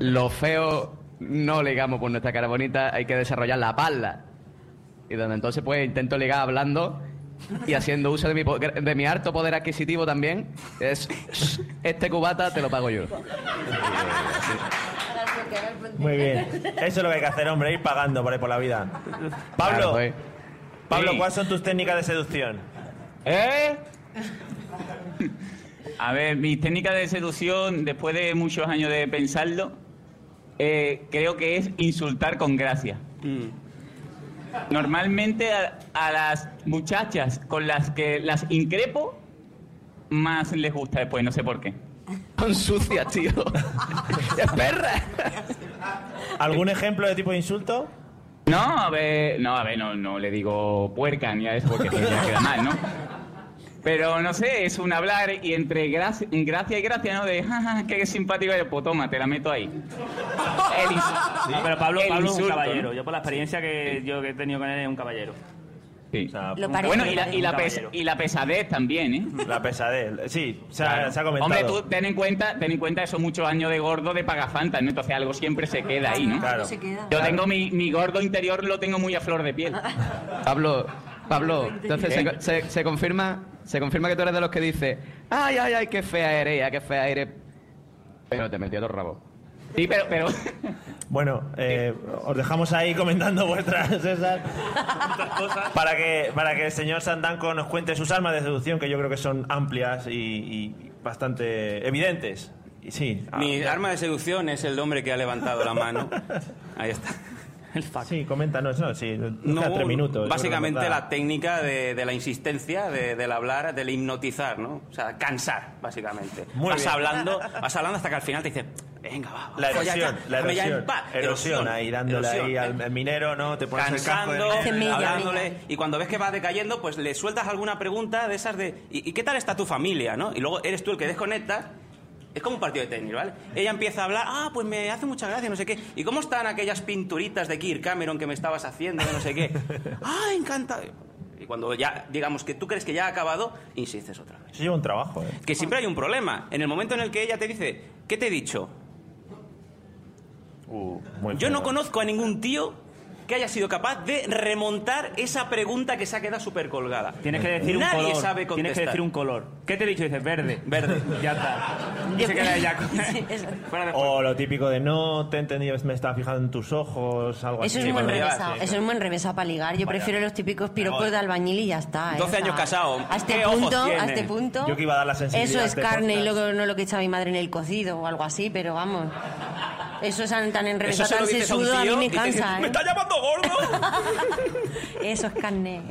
I: lo feo no ligamos por nuestra cara bonita, hay que desarrollar la pala. Y donde entonces pues intento ligar hablando y haciendo uso de mi, po- de mi harto poder adquisitivo también, es este cubata te lo pago yo.
D: Muy bien. Eso es lo que hay que hacer, hombre, ir pagando por ahí por la vida. Pablo,
I: Claro, pues.
D: Pablo,
I: Sí.
D: ¿cuáles son tus técnicas de seducción?
H: ¿Eh? A ver, mis técnicas de seducción, después de muchos años de pensarlo, eh, creo que es insultar con gracia. Normalmente a, a las muchachas con las que las increpo, más les gusta después, no sé por qué.
I: Son sucias, tío. perra!
D: ¿Algún ejemplo de tipo de insulto?
H: No, a ver, no, a ver, no, no le digo puerca ni a eso porque eso ya queda mal, ¿no? Pero no sé, es un hablar y entre gracia, gracia y gracia, ¿no? De, jaja, qué simpático eres, pues toma, te la meto ahí. El ins-
F: No, pero Pablo,
H: el
F: Pablo es un
H: insulto,
F: caballero.
H: ¿no?
F: Yo por la experiencia que yo que he tenido con él es un caballero.
H: Sí.
G: Lo parece,
H: Bueno,
G: lo
H: y la,
G: parece.
H: y la pes- y la pesadez también, ¿eh?
D: La pesadez, sí, se ha,
H: Claro.
D: se ha comentado.
H: Hombre, tú ten en cuenta, ten en cuenta esos muchos años de gordo de pagafantas, ¿no? Entonces algo siempre se queda ahí, ¿no?
I: Claro. Se queda.
H: Yo tengo mi, mi gordo interior, lo tengo muy a flor de piel.
I: Pablo, Pablo, entonces
H: ¿Qué?
I: se, se- se confirma, se confirma que tú eres de los que dice, ay, ay, ay, qué fea eres, ay, qué fea eres. Pero te metió los rabos.
H: Sí, pero, pero
D: Bueno, eh, os dejamos ahí comentando vuestras esas para que para que el señor Sandanco nos cuente sus armas de seducción, que yo creo que son amplias y, y bastante evidentes. Y sí, ah,
E: Mi
D: ya.
E: arma de seducción es el hombre que ha levantado la mano. Ahí está.
D: Sí, coméntanos, no, sí, nos
E: No,
D: quedan tres minutos.
E: Básicamente
D: yo creo que
E: la técnica de, de la insistencia, de- del hablar, del hipnotizar, ¿no? O sea, cansar, básicamente.
D: Muy
E: vas
D: bien.
E: hablando, vas hablando hasta que al final te dice, venga, va, va,
D: La
E: folla
D: erosión,
E: ya,
D: la
E: dame ya en
D: erosión,
E: paz".
D: erosión, ahí dándole
E: erosión,
D: ahí al, al minero, ¿no? Te pones el
E: cansando,
D: casco. de-
E: hablándole, y cuando ves que va decayendo, pues le sueltas alguna pregunta de esas de ¿y, y qué tal está tu familia? ¿no? Y luego eres tú el que desconectas. Es como un partido de tenis, ¿vale? Ella empieza a hablar, ah, pues me hace mucha gracia, no sé qué. ¿Y cómo están aquellas pinturitas de Kirk Cameron que me estabas haciendo, de no sé qué? ah, encantado. Y cuando ya, digamos que tú crees que ya ha acabado, insistes otra vez.
D: Eso lleva un trabajo, ¿eh?
E: Que siempre hay un problema. En el momento en el que ella te dice, ¿qué te he dicho? Uh, Yo no conozco a ningún tío que haya sido capaz de remontar esa pregunta que se ha quedado súper colgada.
F: Tienes que decir
E: Nadie
F: un color.
E: sabe contestar.
F: Tienes que decir un color. ¿Qué te he dicho? Dices verde.
E: Verde.
F: Ya está. Y se queda ella con- Fuera de
D: O lo típico de no te he entendido, me estaba fijando en tus ojos, algo así.
G: Eso es un buen remesa, eso es un buen remesa para ligar. Yo
D: Vaya.
G: prefiero los típicos piropos de albañil y ya está. ¿eh?
E: 12
G: O sea,
E: años casado.
G: A este
E: ¿Qué ojos
G: punto, a
E: tiene?
G: este punto.
E: Yo que iba a dar la
G: Eso
E: sensibilidad
G: es
E: de
G: carne y
E: podcast.
G: luego no lo que echa mi madre en el cocido o algo así, pero vamos. Eso es tan, tan
E: Eso
G: enrevesado,
E: se lo
G: tan
E: dices a un
G: sesudo, a mí
E: tío
G: me
E: y te dices,
G: cansa. ¿eh?
E: "¿Me
G: está
E: llamando
G: gordo? eso es carne.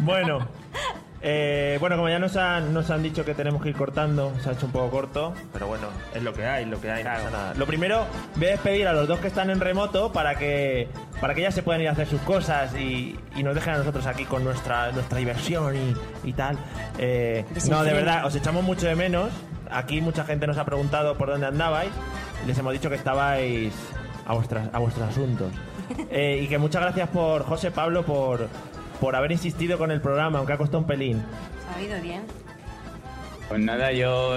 D: Bueno, eh, bueno, como ya nos han, nos han dicho que tenemos que ir cortando, se ha hecho un poco corto, pero bueno, es lo que hay, lo que hay, no pasa nada. Lo primero, voy a despedir a los dos que están en remoto para que para que ya se puedan ir a hacer sus cosas y, y nos dejen a nosotros aquí con nuestra nuestra diversión y, y tal. Eh, no, de verdad, os echamos mucho de menos. Aquí mucha gente nos ha preguntado por dónde andabais. Les hemos dicho que estabais a, vuestras, a vuestros asuntos. Eh, y que muchas gracias por José Pablo por, por haber insistido con el programa, aunque ha costado un pelín.
G: ¿Ha oído bien?
H: Pues nada, yo